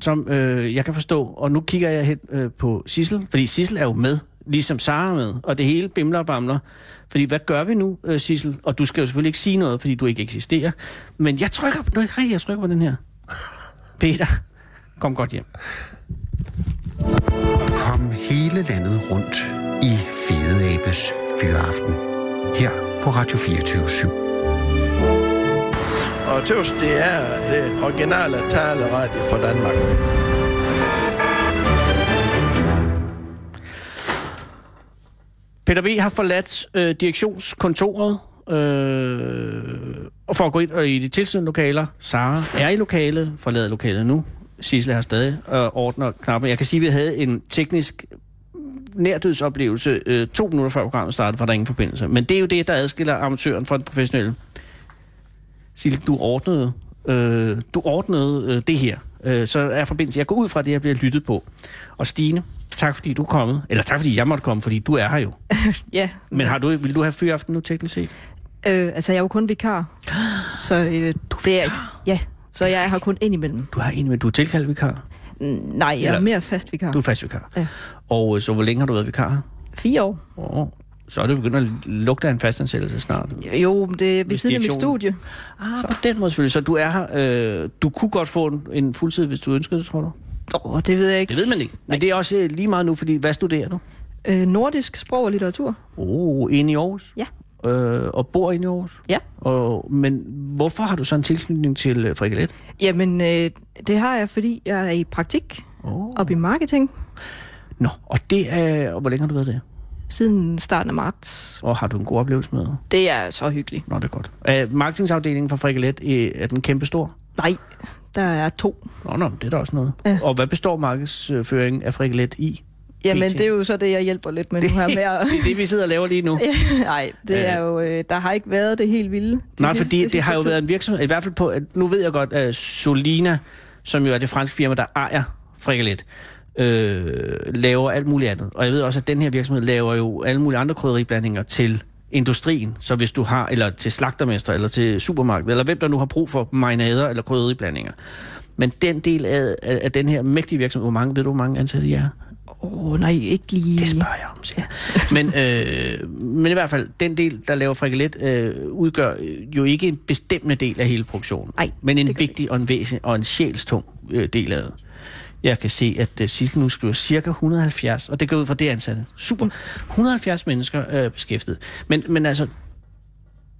Speaker 4: som øh, jeg kan forstå. Og nu kigger jeg hen øh, på Sissel, fordi Sissel er jo med, ligesom Sara er med, og det hele bimler og bamler. Fordi hvad gør vi nu, øh, Sissel? Og du skal jo selvfølgelig ikke sige noget, fordi du ikke eksisterer. Men jeg trykker på, nej, jeg trykker på den her. Peter, kom godt hjem.
Speaker 3: Kom hele landet rundt i Fede Abes Fyraften. Her på Radio 24 /7.
Speaker 7: Og tøs, det er det originale taleradio for Danmark.
Speaker 4: Peter B. har forladt øh, direktionskontoret øh, og for at gå ind og i de tilsynende lokaler. Sara er i lokalet, forlader lokalet nu. Sisle har stadig øh, ordner knappen. Jeg kan sige, at vi havde en teknisk nærdødsoplevelse øh, to minutter før programmet startede, for der er ingen forbindelse. Men det er jo det, der adskiller amatøren fra den professionelle. Sille, du ordnede, øh, du ordnede øh, det her. Øh, så er forbindelse. Jeg går ud fra, at det her bliver lyttet på. Og Stine, tak fordi du er kommet. Eller tak fordi jeg måtte komme, fordi du er her jo.
Speaker 8: Ja,
Speaker 4: Men har du, vil du have fyraften nu teknisk set?
Speaker 8: øh, altså jeg er jo kun vikar,
Speaker 4: [GASPS]
Speaker 8: så øh, det er, ja, så jeg er her kun indimellem.
Speaker 4: Du har en, men du er tilkaldt vikar.
Speaker 8: Mm, Nej, jeg er
Speaker 4: Eller-
Speaker 8: mere fast vikar.
Speaker 4: Du er fast vikar.
Speaker 8: Ja.
Speaker 4: Og øh, så hvor længe har du været vikar? her?
Speaker 8: Fire år.
Speaker 4: Åh, så er det begyndt at lugte af en fastansættelse snart.
Speaker 8: Jo, men det er ved
Speaker 4: Hvis
Speaker 8: siden af mit
Speaker 4: direktionen-
Speaker 8: studie.
Speaker 4: Ah, så. på den måde selvfølgelig. Så du er her. Øh, du kunne godt få en, en fuldtid, hvis du ønskede det, tror du?
Speaker 8: Åh, oh, det ved jeg ikke.
Speaker 4: Det ved man ikke. Men det er også øh, lige meget nu, fordi hvad studerer du?
Speaker 8: Øh, nordisk sprog og litteratur.
Speaker 4: Oh, inde i Aarhus?
Speaker 8: Ja.
Speaker 4: Øh, og bor inde i Aarhus?
Speaker 8: Ja.
Speaker 4: Og, men hvorfor har du så en tilknytning til øh, frikalet?
Speaker 8: Jamen, øh, det har jeg, fordi jeg er i praktik
Speaker 4: Oh.
Speaker 8: op i marketing
Speaker 4: Nå, og det er... Og hvor længe har du været der?
Speaker 8: siden starten af marts.
Speaker 4: Og har du en god oplevelse med det?
Speaker 8: Det er så hyggeligt.
Speaker 4: Nå, det er godt. Er marketingsafdelingen for Frikalet, øh, er den kæmpe stor?
Speaker 8: Nej, der er to.
Speaker 4: Nå, nå, men det er da også noget.
Speaker 8: Ja.
Speaker 4: Og hvad består markedsføringen af Frikalet i?
Speaker 8: Jamen,
Speaker 4: PT.
Speaker 8: det er jo så det, jeg hjælper lidt med nu her med at...
Speaker 4: [LAUGHS] Det er det, vi sidder og laver lige nu.
Speaker 8: Nej, det er jo... Øh, der har ikke været det helt vilde. de
Speaker 4: Nej,
Speaker 8: sidste-
Speaker 4: fordi det,
Speaker 8: de
Speaker 4: det
Speaker 8: sidste
Speaker 4: har jo
Speaker 8: tid.
Speaker 4: været en virksomhed, i hvert fald på, at nu ved jeg godt, at Solina, som jo er det franske firma, der ejer Frikalet, øh, laver alt muligt andet. Og jeg ved også, at den her virksomhed laver jo alle mulige andre krydderiblandinger til industrien, så hvis du har, eller til slagtermester, eller til supermarkedet, eller hvem der nu har brug for marinader eller krydderiblandinger. Men den del af, af, af den her mægtige virksomhed, hvor mange, ved du, hvor mange ansatte I er?
Speaker 8: Åh, oh, nej, ikke lige...
Speaker 4: Det spørger jeg om, siger jeg. men, øh, men i hvert fald, den del, der laver frikalet, øh, udgør øh, jo ikke en bestemmende del af hele produktionen.
Speaker 8: Ej,
Speaker 4: men en
Speaker 8: det gør det
Speaker 4: vigtig og en væsentlig og en sjælstung øh, del af det. Jeg kan se, at øh, Sissel nu skriver cirka 170, og det går ud fra det ansatte. Super. 170 mennesker øh, beskæftiget. Men, men altså,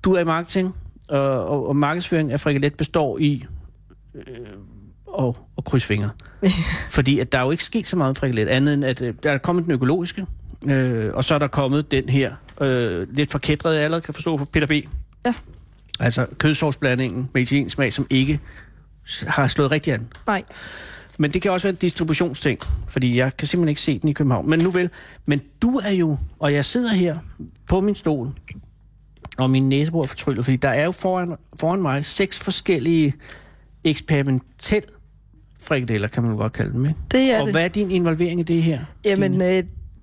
Speaker 4: du er i marketing, og, og, og markedsføring af frikalet består i øh, og, og
Speaker 8: [LAUGHS]
Speaker 4: krydsfingre. Fordi at der er jo ikke sket så meget med frikalet, andet end at øh, der er kommet den økologiske, øh, og så er der kommet den her, øh, lidt forkædrede, jeg allerede kan forstå fra Peter B.
Speaker 8: Ja.
Speaker 4: Altså kødsovsblandingen med italiensk smag, som ikke s- har slået rigtig an.
Speaker 8: Nej,
Speaker 4: Men det kan også være en distributionsting, fordi jeg kan simpelthen ikke se den i København. Men nu vel, men du er jo, og jeg sidder her på min stol, og min næsebord er fortryllet, fordi der er jo foran, foran mig seks forskellige eksperimentel frikadeller, kan man jo godt kalde dem, ikke?
Speaker 8: det er
Speaker 4: og
Speaker 8: det.
Speaker 4: hvad er din involvering i det her?
Speaker 8: Jamen,
Speaker 4: Stine?
Speaker 8: øh,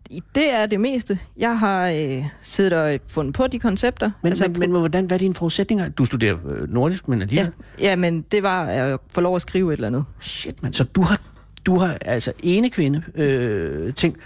Speaker 8: i- det er det meste. Jeg har øh, siddet og øh, fundet på de koncepter.
Speaker 4: men, altså, men, men, hvordan, hvad er dine forudsætninger? Du studerer øh, nordisk, men
Speaker 8: ja,
Speaker 4: alligevel.
Speaker 8: ja, men det var at få lov at skrive et eller andet.
Speaker 4: Ja. Shit, man. Så du har, du har altså ene kvinde øh, ting.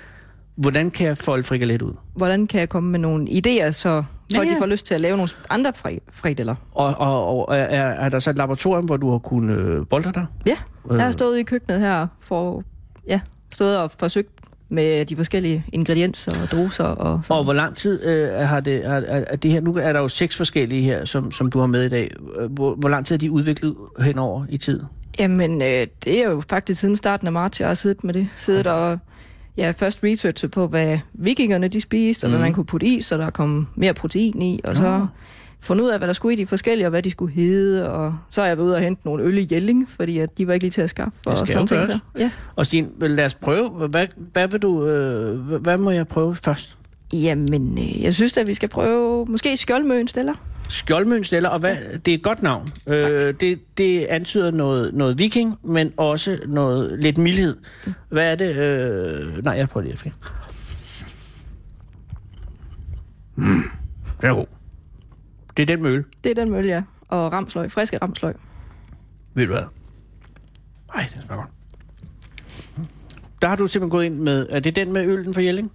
Speaker 4: Hvordan kan jeg folde frikadeller ud?
Speaker 8: Hvordan kan jeg komme med nogle idéer, så
Speaker 4: Ja,
Speaker 8: folk ja,
Speaker 4: ja.
Speaker 8: De får lyst til at lave nogle andre fri frikadeller?
Speaker 4: Og, og, og er, er der så et laboratorium, hvor du har kunnet øh, bolde dig?
Speaker 8: Ja,
Speaker 4: Øh.
Speaker 8: jeg har stået i køkkenet her for... Ja, stået og forsøgt med de forskellige ingredienser og doser og sådan.
Speaker 4: Og hvor lang tid øh, har det, har, er, er det her? Nu er der jo seks forskellige her, som, som du har med i dag. Øh, Hvor, hvor lang tid har de udviklet henover i tid?
Speaker 8: Jamen, øh, det er jo faktisk siden starten af marts, jeg har siddet med det. Siddet og ja, først researchet på, hvad vikingerne de spiste, og
Speaker 4: Mhm.
Speaker 8: mm. hvad man kunne putte i, så der kom mere protein i, og så fundet ud af, hvad der skulle i de forskellige, og hvad de skulle hedde, og så er jeg været ude og hente nogle øl i Jelling, fordi at de var ikke lige til at skaffe.
Speaker 4: Det skal
Speaker 8: og
Speaker 4: jo
Speaker 8: sådan ting
Speaker 4: gøres.
Speaker 8: der. Ja.
Speaker 4: Og Stine, lad os prøve. Hvad, hvad vil du... Øh, hvad- hvad må jeg prøve først?
Speaker 8: Jamen, øh, jeg synes at vi skal prøve, måske Skjoldmøen stiller.
Speaker 4: Skjoldmøn Stella, og hvad, det er et godt navn. Øh, det, det antyder noget, noget viking, men også noget lidt mildhed. Hvad er det? Øh, nej, jeg prøver lige at finde. Mm. Det er god. Det er den møl,
Speaker 8: Det er den møl, ja. Og ramsløg, friske ramsløg.
Speaker 4: ved du hvad? Ej, det smager godt. Der har du simpelthen gået ind med... Er det den med øllen for Jelling?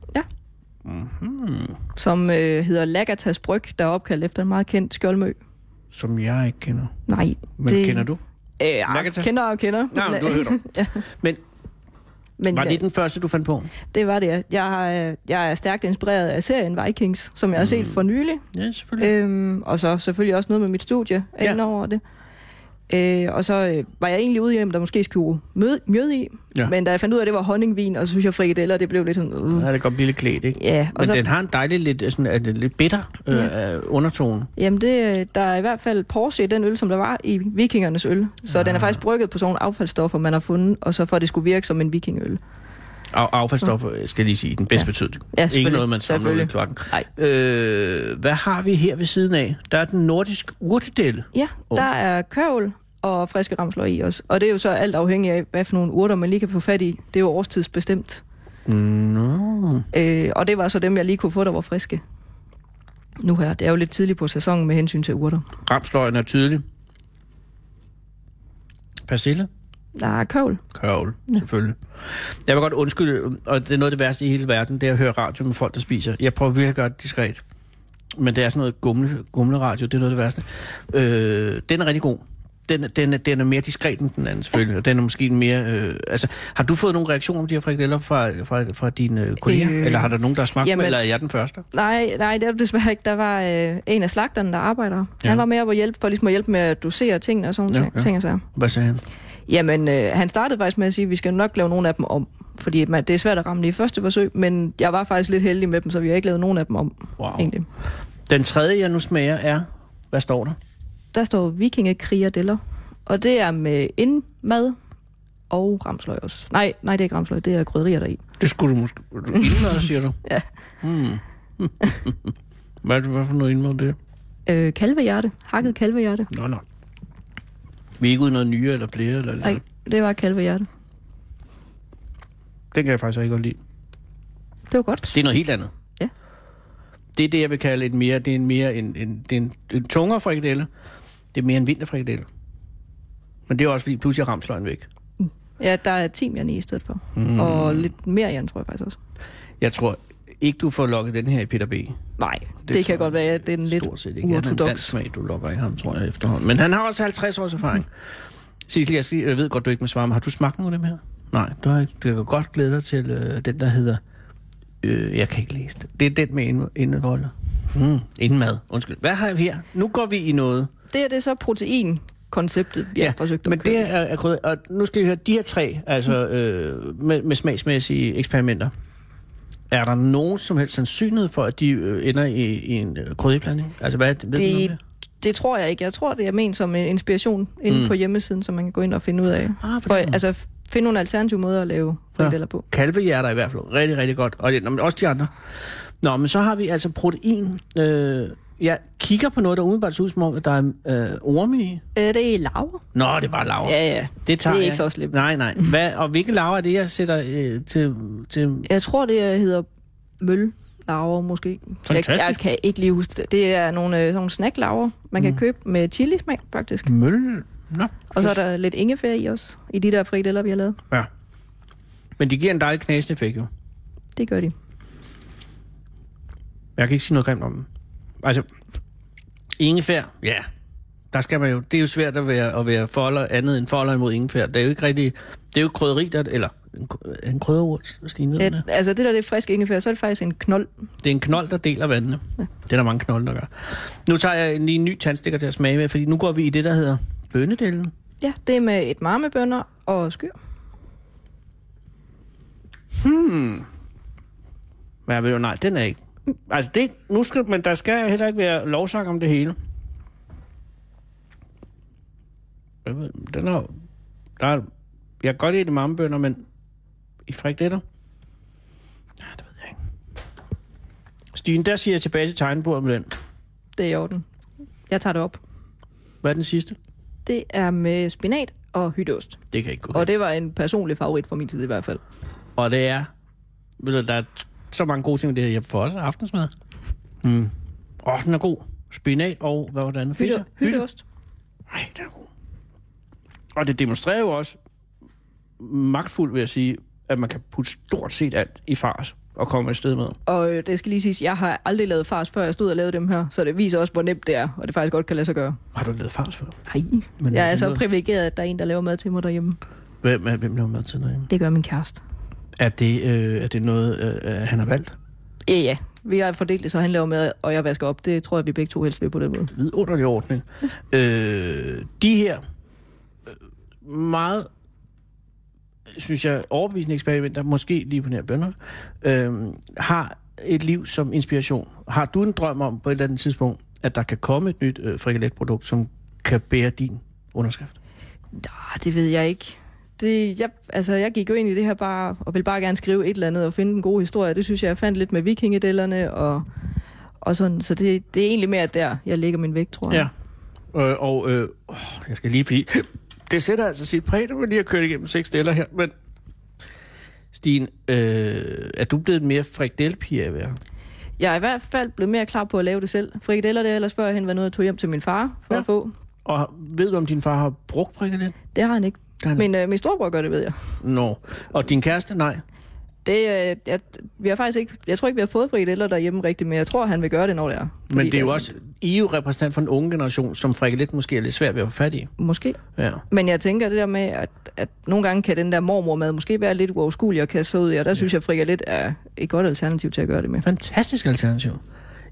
Speaker 8: som øh, hedder Lagatas Bryg, der er opkaldt efter en meget kendt skjoldmø.
Speaker 4: Som jeg ikke kender.
Speaker 8: Nej,
Speaker 4: Men det... kender du?
Speaker 8: Øh, ja,
Speaker 4: Lagata?
Speaker 8: kender og kender.
Speaker 4: Nej, men du har hørt om. Men
Speaker 8: Men
Speaker 4: var
Speaker 8: ja,
Speaker 4: det den første, du fandt på?
Speaker 8: det var det. ja. Jeg, har, øh, jeg er stærkt inspireret af serien Vikings, som jeg har
Speaker 4: Mm.
Speaker 8: set for nylig.
Speaker 4: Ja, selvfølgelig.
Speaker 8: Øhm, og så selvfølgelig også noget med mit studie
Speaker 4: Ja.
Speaker 8: ja. ind over det. Øh, og så øh, var jeg egentlig ude hjem, der måske skulle mød, mjød i.
Speaker 4: Ja.
Speaker 8: Ja. Men da jeg fandt ud af, at det var honningvin, og så synes jeg frikadeller, det blev lidt sådan... Øh.
Speaker 4: Ja, det er godt blive lidt klædt, ikke?
Speaker 8: Ja, og
Speaker 4: Men
Speaker 8: så,
Speaker 4: den har en dejlig, lidt, øh, sådan, er det lidt bitter øh, øh, undertone.
Speaker 8: jamen det, øh, der er i hvert fald Porsche i den øl, som der var i vikingernes øl. Så ja.
Speaker 4: Ah.
Speaker 8: den er faktisk brygget på sådan nogle affaldsstoffer, man har fundet, og så for at det skulle virke som en vikingøl.
Speaker 4: Og affaldsstoffer, øh, skal jeg lige sige, i den bedste ja. betydning.
Speaker 8: Mm. Ja,
Speaker 4: Ikke
Speaker 8: selvfølgelig.
Speaker 4: noget, man samler ud i
Speaker 8: Selvfølgelig.
Speaker 4: kloakken.
Speaker 8: Nej.
Speaker 4: Øh, hvad har vi her ved siden af? Der er den nordiske urtedel.
Speaker 8: Ja,
Speaker 4: Åh.
Speaker 8: oh. der er kørvel og friske ramsløg i også. Og det er jo så alt afhængig af, hvad for nogle urter man lige kan få fat i. Det er jo årstidsbestemt.
Speaker 4: Nå.
Speaker 8: Øh, og det var så dem, jeg lige kunne få, der var friske. Nu her, det er jo lidt tidligt på sæsonen med hensyn til urter.
Speaker 4: Ramsløgene er tydelig. Persille?
Speaker 8: Der er kørvel.
Speaker 4: Kørvel, ja. selvfølgelig. Jeg vil godt undskylde, og det er noget af det værste i hele verden, det er at høre radio med folk, der spiser. Jeg prøver virkelig at gøre det diskret. Men det er sådan noget gumle, gumleradio, det er noget af det værste. Øh, den er rigtig god. Den, er- den, er- den er mere diskret end den anden, selvfølgelig. Og den er måske en mere... Øh, altså, har du fået nogle reaktioner på de her frikadeller fra, fra, fra dine øh, kolleger? Øh,
Speaker 8: Øh,
Speaker 4: eller har der nogen, der har smagt jamen, dem,
Speaker 8: jamen-
Speaker 4: eller er jeg den første?
Speaker 8: Nej, nej, det er du desværre ikke. Der var øh, en af slagterne, der arbejder.
Speaker 4: Ja.
Speaker 8: Ja. Han var med op og hjælpe, for ligesom at hjælpe med at dosere tingene og sådan
Speaker 4: Ja,
Speaker 8: nogle
Speaker 4: ja.
Speaker 8: ja, ting. Ja.
Speaker 4: Hvad sagde han?
Speaker 8: Jamen, øh, han startede faktisk med at sige, at vi skal nok lave nogle af dem om. Fordi man, det er svært at ramme lige i første forsøg, men jeg var faktisk lidt heldig med dem, så vi har ikke lavet nogen af dem om,
Speaker 4: Wow.
Speaker 8: egentlig.
Speaker 4: Den tredje, jeg nu smager, er... Hvad står der?
Speaker 8: Der står vikingekrigerdeller, og det er med indmad og ramsløg også. Nej, nej, det er ikke ramsløg, det er krydderier deri.
Speaker 4: Det skulle du måske...
Speaker 8: [LAUGHS]
Speaker 4: Indmad, siger du?
Speaker 8: Ja.
Speaker 4: Hmm. [LAUGHS] hvad, er det- hvad for noget indmad det er?
Speaker 8: Øh, kalvehjerte, hakket kalvehjerte.
Speaker 4: Nå, nå. Vi er ikke ude i noget nyere eller blære eller...
Speaker 8: Nej, det var kalvehjerte.
Speaker 4: Den kan jeg faktisk ikke godt lide.
Speaker 8: Det var godt.
Speaker 4: Det er noget helt andet.
Speaker 8: Ja.
Speaker 4: Det er det, jeg vil kalde et mere... Det er en mere en, en, det er en, en tungere frikadelle. Det er mere en vinterfrikadelle. Men det er også fordi, pludselig er ramsløgn væk.
Speaker 8: Ja, der er timian i i stedet for. Mm. Og lidt mere jan, tror jeg faktisk også.
Speaker 4: Jeg tror ikke, du får lukket den her i Peter B.
Speaker 8: Nej, det,
Speaker 4: tror
Speaker 8: det kan
Speaker 4: jeg
Speaker 8: godt være, at det er en lidt
Speaker 4: Stort set ikke. Han er en dansk
Speaker 8: uortodox.
Speaker 4: smag, du lokker i ham, tror jeg, efterhånden. Men han har også 50 års erfaring. Sissel, jeg, skal, jeg ved godt, du ikke må svare, men har du smagt nogle af dem her? Nej, du, har, ikke. du kan godt glæde dig til øh, den, der hedder... Øh, jeg kan ikke læse det. Det er den med ind- indvolder.
Speaker 8: Hmm.
Speaker 4: Mm, indmad, undskyld. Hvad har vi her? Nu går vi i noget.
Speaker 8: Det er det er så proteinkonceptet, jeg ja, forsøgte
Speaker 4: men
Speaker 8: at køre.
Speaker 4: det er, er krydder, og nu skal vi høre, de her tre, altså
Speaker 8: Hmm.
Speaker 4: øh, med, med smagsmæssige eksperimenter, er der nogen som helst sandsynlighed for, at de øh, ender i, i en øh, krydderiblanding? Altså, hvad, ved det...
Speaker 8: det,
Speaker 4: det?
Speaker 8: det tror jeg ikke. Jeg tror, det er ment som en inspiration inde
Speaker 4: Mm.
Speaker 8: på hjemmesiden, som man kan gå ind og finde ud af.
Speaker 4: Ah,
Speaker 8: For, altså, f- finde nogle alternative måder at lave frikadeller på.
Speaker 4: Kalvehjerter i hvert fald. Rigtig, rigtig godt. Og det, nå, men også de andre. Nå, men så har vi altså protein. Øh, jeg kigger på noget, der umiddelbart ser ud som om, at der er øh, orme i.
Speaker 8: Øh, det er laver.
Speaker 4: Nå, det er bare laver.
Speaker 8: Ja, ja.
Speaker 4: det, tager
Speaker 8: det er
Speaker 4: jeg.
Speaker 8: ikke så slemt.
Speaker 4: Nej, nej. Hvad, og hvilke laver er det, jeg sætter øh, til, til...
Speaker 8: Jeg tror, det øh, hedder møl laver måske. Jeg,
Speaker 4: Fantastisk.
Speaker 8: jeg, kan ikke lige huske det. Det er nogle, øh, sådan nogle snacklaver, man kan købe med chilismag, faktisk.
Speaker 4: Mølle? Nå.
Speaker 8: Og så er der lidt ingefær i også, i de der frikadeller, vi har lavet.
Speaker 4: Ja. Men det giver en dejlig knasende effekt, jo.
Speaker 8: Det gør de.
Speaker 4: Jeg kan ikke sige noget grimt om dem. Altså, ingefær, ja. Der skal man jo, det er jo svært at være, at være folder, andet end folder imod ingefær. Det er jo ikke rigtig, det er jo krydderi, der, eller en, kry- en krydderurt, Stine,
Speaker 8: Ja,
Speaker 4: ja.
Speaker 8: altså det der det er frisk ingefær, så er det faktisk en knold.
Speaker 4: Det er en knold, der deler vandene. Ja. Det er der mange knolde, der gør. Nu tager jeg lige en ny tandstikker til at smage med, fordi nu går vi i det, der hedder bønnedellen.
Speaker 8: Ja, det er med et marmebønner og skyr.
Speaker 4: Men jeg ved jo, nej, den er ikke. Altså, det, nu skal, men der skal heller ikke være lovsang om det hele. Jeg ved, Den er, der er, jeg kan godt lide det marmebønder, men i frikadeller? Nej, det ved jeg ikke. Stine, der siger jeg tilbage til tegnebordet med den.
Speaker 8: Det er i orden. Jeg tager det op.
Speaker 4: Hvad er den sidste?
Speaker 8: Det er med spinat og hytteost.
Speaker 4: Det kan ikke gå.
Speaker 8: Og det var en personlig favorit fra min side i hvert fald.
Speaker 4: Og det er... Ved du, der er t- så mange gode ting med det her. Jeg får også aftensmad. Mm. Åh, oh, den er god. Spinat og... Hvad var det andet? Fischer?
Speaker 8: Hytte, hytteost.
Speaker 4: Nej, den er god. Og det demonstrerer jo også magtfuldt, vil jeg sige, at man kan putte stort set alt i fars og komme afsted med.
Speaker 8: Og øh, det skal lige siges, jeg har aldrig lavet fars, før jeg stod og lavede dem her. Så det viser også, hvor nemt det er, og det faktisk godt kan lade sig gøre.
Speaker 4: Har du ikke lavet fars før?
Speaker 8: Nej.
Speaker 4: Men
Speaker 8: Jeg er
Speaker 4: hvem
Speaker 8: så
Speaker 4: lavede-
Speaker 8: privilegeret, at der er en, der laver mad til mig derhjemme.
Speaker 4: Hvem, er- hvem laver mad til derhjemme?
Speaker 8: Det gør min kæreste.
Speaker 4: Er det, øh, er det noget, øh, øh, han har valgt?
Speaker 8: Ja, ja. Vi har fordelt det, så han laver mad, og jeg vasker op. Det tror jeg, vi begge to helst vil på den måde.
Speaker 4: Vidunderlig ordning. øh, de her øh, meget synes jeg, overbevisende eksperimenter, måske lige på nær bønder, øh, har et liv som inspiration. Har du en drøm om på et eller andet tidspunkt, at der kan komme et nyt øh, frikadelletprodukt, som kan bære din underskrift?
Speaker 8: Ah, det ved jeg ikke. Det, jeg, altså, jeg gik jo ind i det her bare, og ville bare gerne skrive et eller andet og finde en god historie. Det synes jeg, jeg fandt lidt med vikingedellerne og, og sådan. Så det, det er egentlig mere der, jeg lægger min vægt, tror jeg.
Speaker 4: Øh, og øh, åh, jeg skal lige, fordi det sætter altså sit præg, når man lige har kørt igennem seks deler her, men Stine, øh, er du blevet en mere frikadellepige af at være?
Speaker 8: Jeg er i hvert fald blevet mere klar på at lave det selv. Frikadeller, det har ellers førhen var noget, jeg tog hjem til min far for
Speaker 4: Ja.
Speaker 8: ja. at få.
Speaker 4: Og ved du, om din far har brugt frikadeller?
Speaker 8: Det har han ikke.
Speaker 4: har han
Speaker 8: Men øh, min storebror gør det, ved jeg.
Speaker 4: Nå. Og din kæreste? Nej.
Speaker 8: Det, øh, jeg, vi har faktisk ikke, jeg tror ikke, vi har fået frikadeller derhjemme rigtigt, men jeg tror, han vil gøre det, når det er.
Speaker 4: Men
Speaker 8: Fordi
Speaker 4: det er jo
Speaker 8: altså,
Speaker 4: også... I er jo repræsentant for en unge generation, som frikadelet måske er lidt svært ved at få fat i.
Speaker 8: Måske.
Speaker 4: Ja.
Speaker 8: Men jeg tænker det der med, at, at nogle gange kan den der mormormad måske være lidt uoverskuelig at kaste sig ud i, og der ja. synes jeg, at frikadelet er et godt alternativ til at gøre det med.
Speaker 4: Fantastisk alternativ.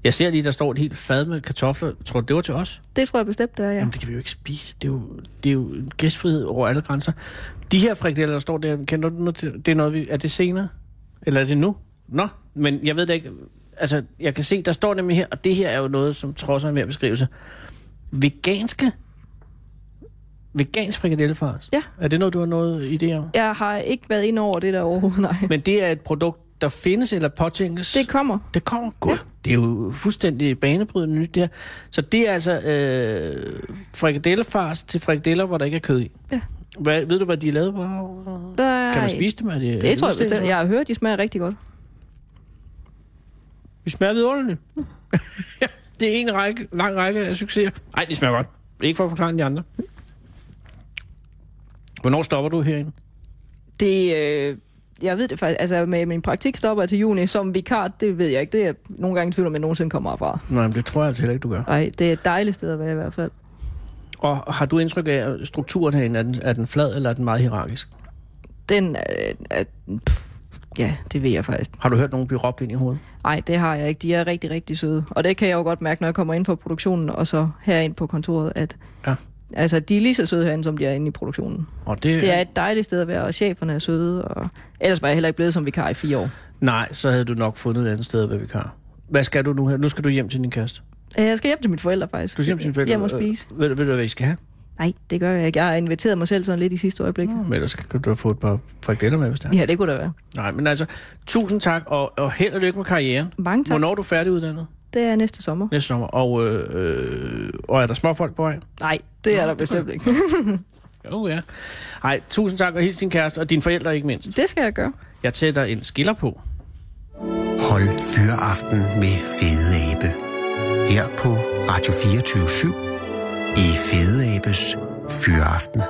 Speaker 4: Jeg ser lige, der står et helt fad med kartofler. Tror du, det var til os?
Speaker 8: Det tror jeg bestemt, det er, ja.
Speaker 4: Jamen, det kan vi jo ikke spise. Det er jo, det er jo en gæstfrihed over alle grænser. De her frikadeller, der står der, kender du noget til? Det er, noget, vi, er det senere? Eller er det nu? Nå, men jeg ved da ikke... Altså, jeg kan se, der står nemlig her, og det her er jo noget, som trods af en mere beskrivelse. Veganske Vegansk frikadellefars?
Speaker 8: Ja.
Speaker 4: Er det noget, du har noget idé om?
Speaker 8: Jeg har ikke været ind over det der overhovedet, nej.
Speaker 4: Men det er et produkt, der findes eller påtænkes?
Speaker 8: Det kommer.
Speaker 4: Det kommer godt. Ja. Det er jo fuldstændig banebrydende nyt, det her. Så det er altså øh, frikadellefars til frikadeller, hvor der ikke er kød i.
Speaker 8: Ja.
Speaker 4: Hvad, ved du, hvad de er lavet på?
Speaker 8: Nej,
Speaker 4: Kan man spise dem? Er det,
Speaker 8: det tror jeg bestemt. Jeg har hørt, de smager rigtig godt.
Speaker 4: Vi smager [LAUGHS] vidunderligt. Ja, det er en række, lang række af succeser. Nej, det smager godt. Det er ikke for at forklare de andre. Hvornår stopper du herinde?
Speaker 8: Det, øh, jeg ved det faktisk, altså med min praktik stopper jeg til juni som vikar, det ved jeg ikke. Det er jeg nogle gange i tvivl om, jeg nogensinde kommer herfra.
Speaker 4: Nej, men det tror jeg altså heller ikke, du gør.
Speaker 8: Nej, det er et dejligt sted at være i hvert fald.
Speaker 4: Og har du indtryk af, at strukturen herinde, er den, er den flad eller er den meget hierarkisk?
Speaker 8: Den, øh, er, pff, ja, det ved jeg faktisk.
Speaker 4: Har du hørt nogen blive råbt ind i hovedet?
Speaker 8: Nej, det har jeg ikke. De er rigtig, rigtig søde. Og det kan jeg jo godt mærke, når jeg kommer ind på produktionen, og så herind på kontoret, at
Speaker 4: Ja.
Speaker 8: altså, de er lige så søde herinde, som de er inde i produktionen.
Speaker 4: Og det,
Speaker 8: Det er et dejligt sted at være, og cheferne er søde, og ellers var jeg heller ikke blevet som vikar i fire år.
Speaker 4: Nej, så havde du nok fundet et andet sted, hvad vi kan. Hvad skal du nu her? Nu skal du hjem til din kæreste.
Speaker 8: Øh, Jeg skal hjem til mine forældre, faktisk.
Speaker 4: Du skal hjem til dine forældre.
Speaker 8: Hjem og spise.
Speaker 4: Øh, Ved, ved du, hvad I skal have?
Speaker 8: Nej, det gør jeg ikke. Jeg har inviteret mig selv sådan lidt i sidste øjeblik.
Speaker 4: Men ellers kan du få et par frikadeller med, hvis det er.
Speaker 8: Mm. Ja, det kunne da være.
Speaker 4: Nej, men altså, tusind tak, og, og held og lykke med karrieren.
Speaker 8: Mange Mm, tak.
Speaker 4: Hvornår er du færdiguddannet?
Speaker 8: Det er næste sommer.
Speaker 4: Næste sommer. Og, øh, øh, og er der småfolk på vej?
Speaker 8: Nej, det er der bestemt ikke.
Speaker 4: Jo, ja. Ej, tusind tak, og hils din kæreste, og dine forældre ikke mindst.
Speaker 8: [LAUGHS] Det skal jeg gøre.
Speaker 4: Jeg tætter en skiller på.
Speaker 3: Hold Fyraften med Fede Abe. Her på Radio 24 i Fede Abes Fyraften.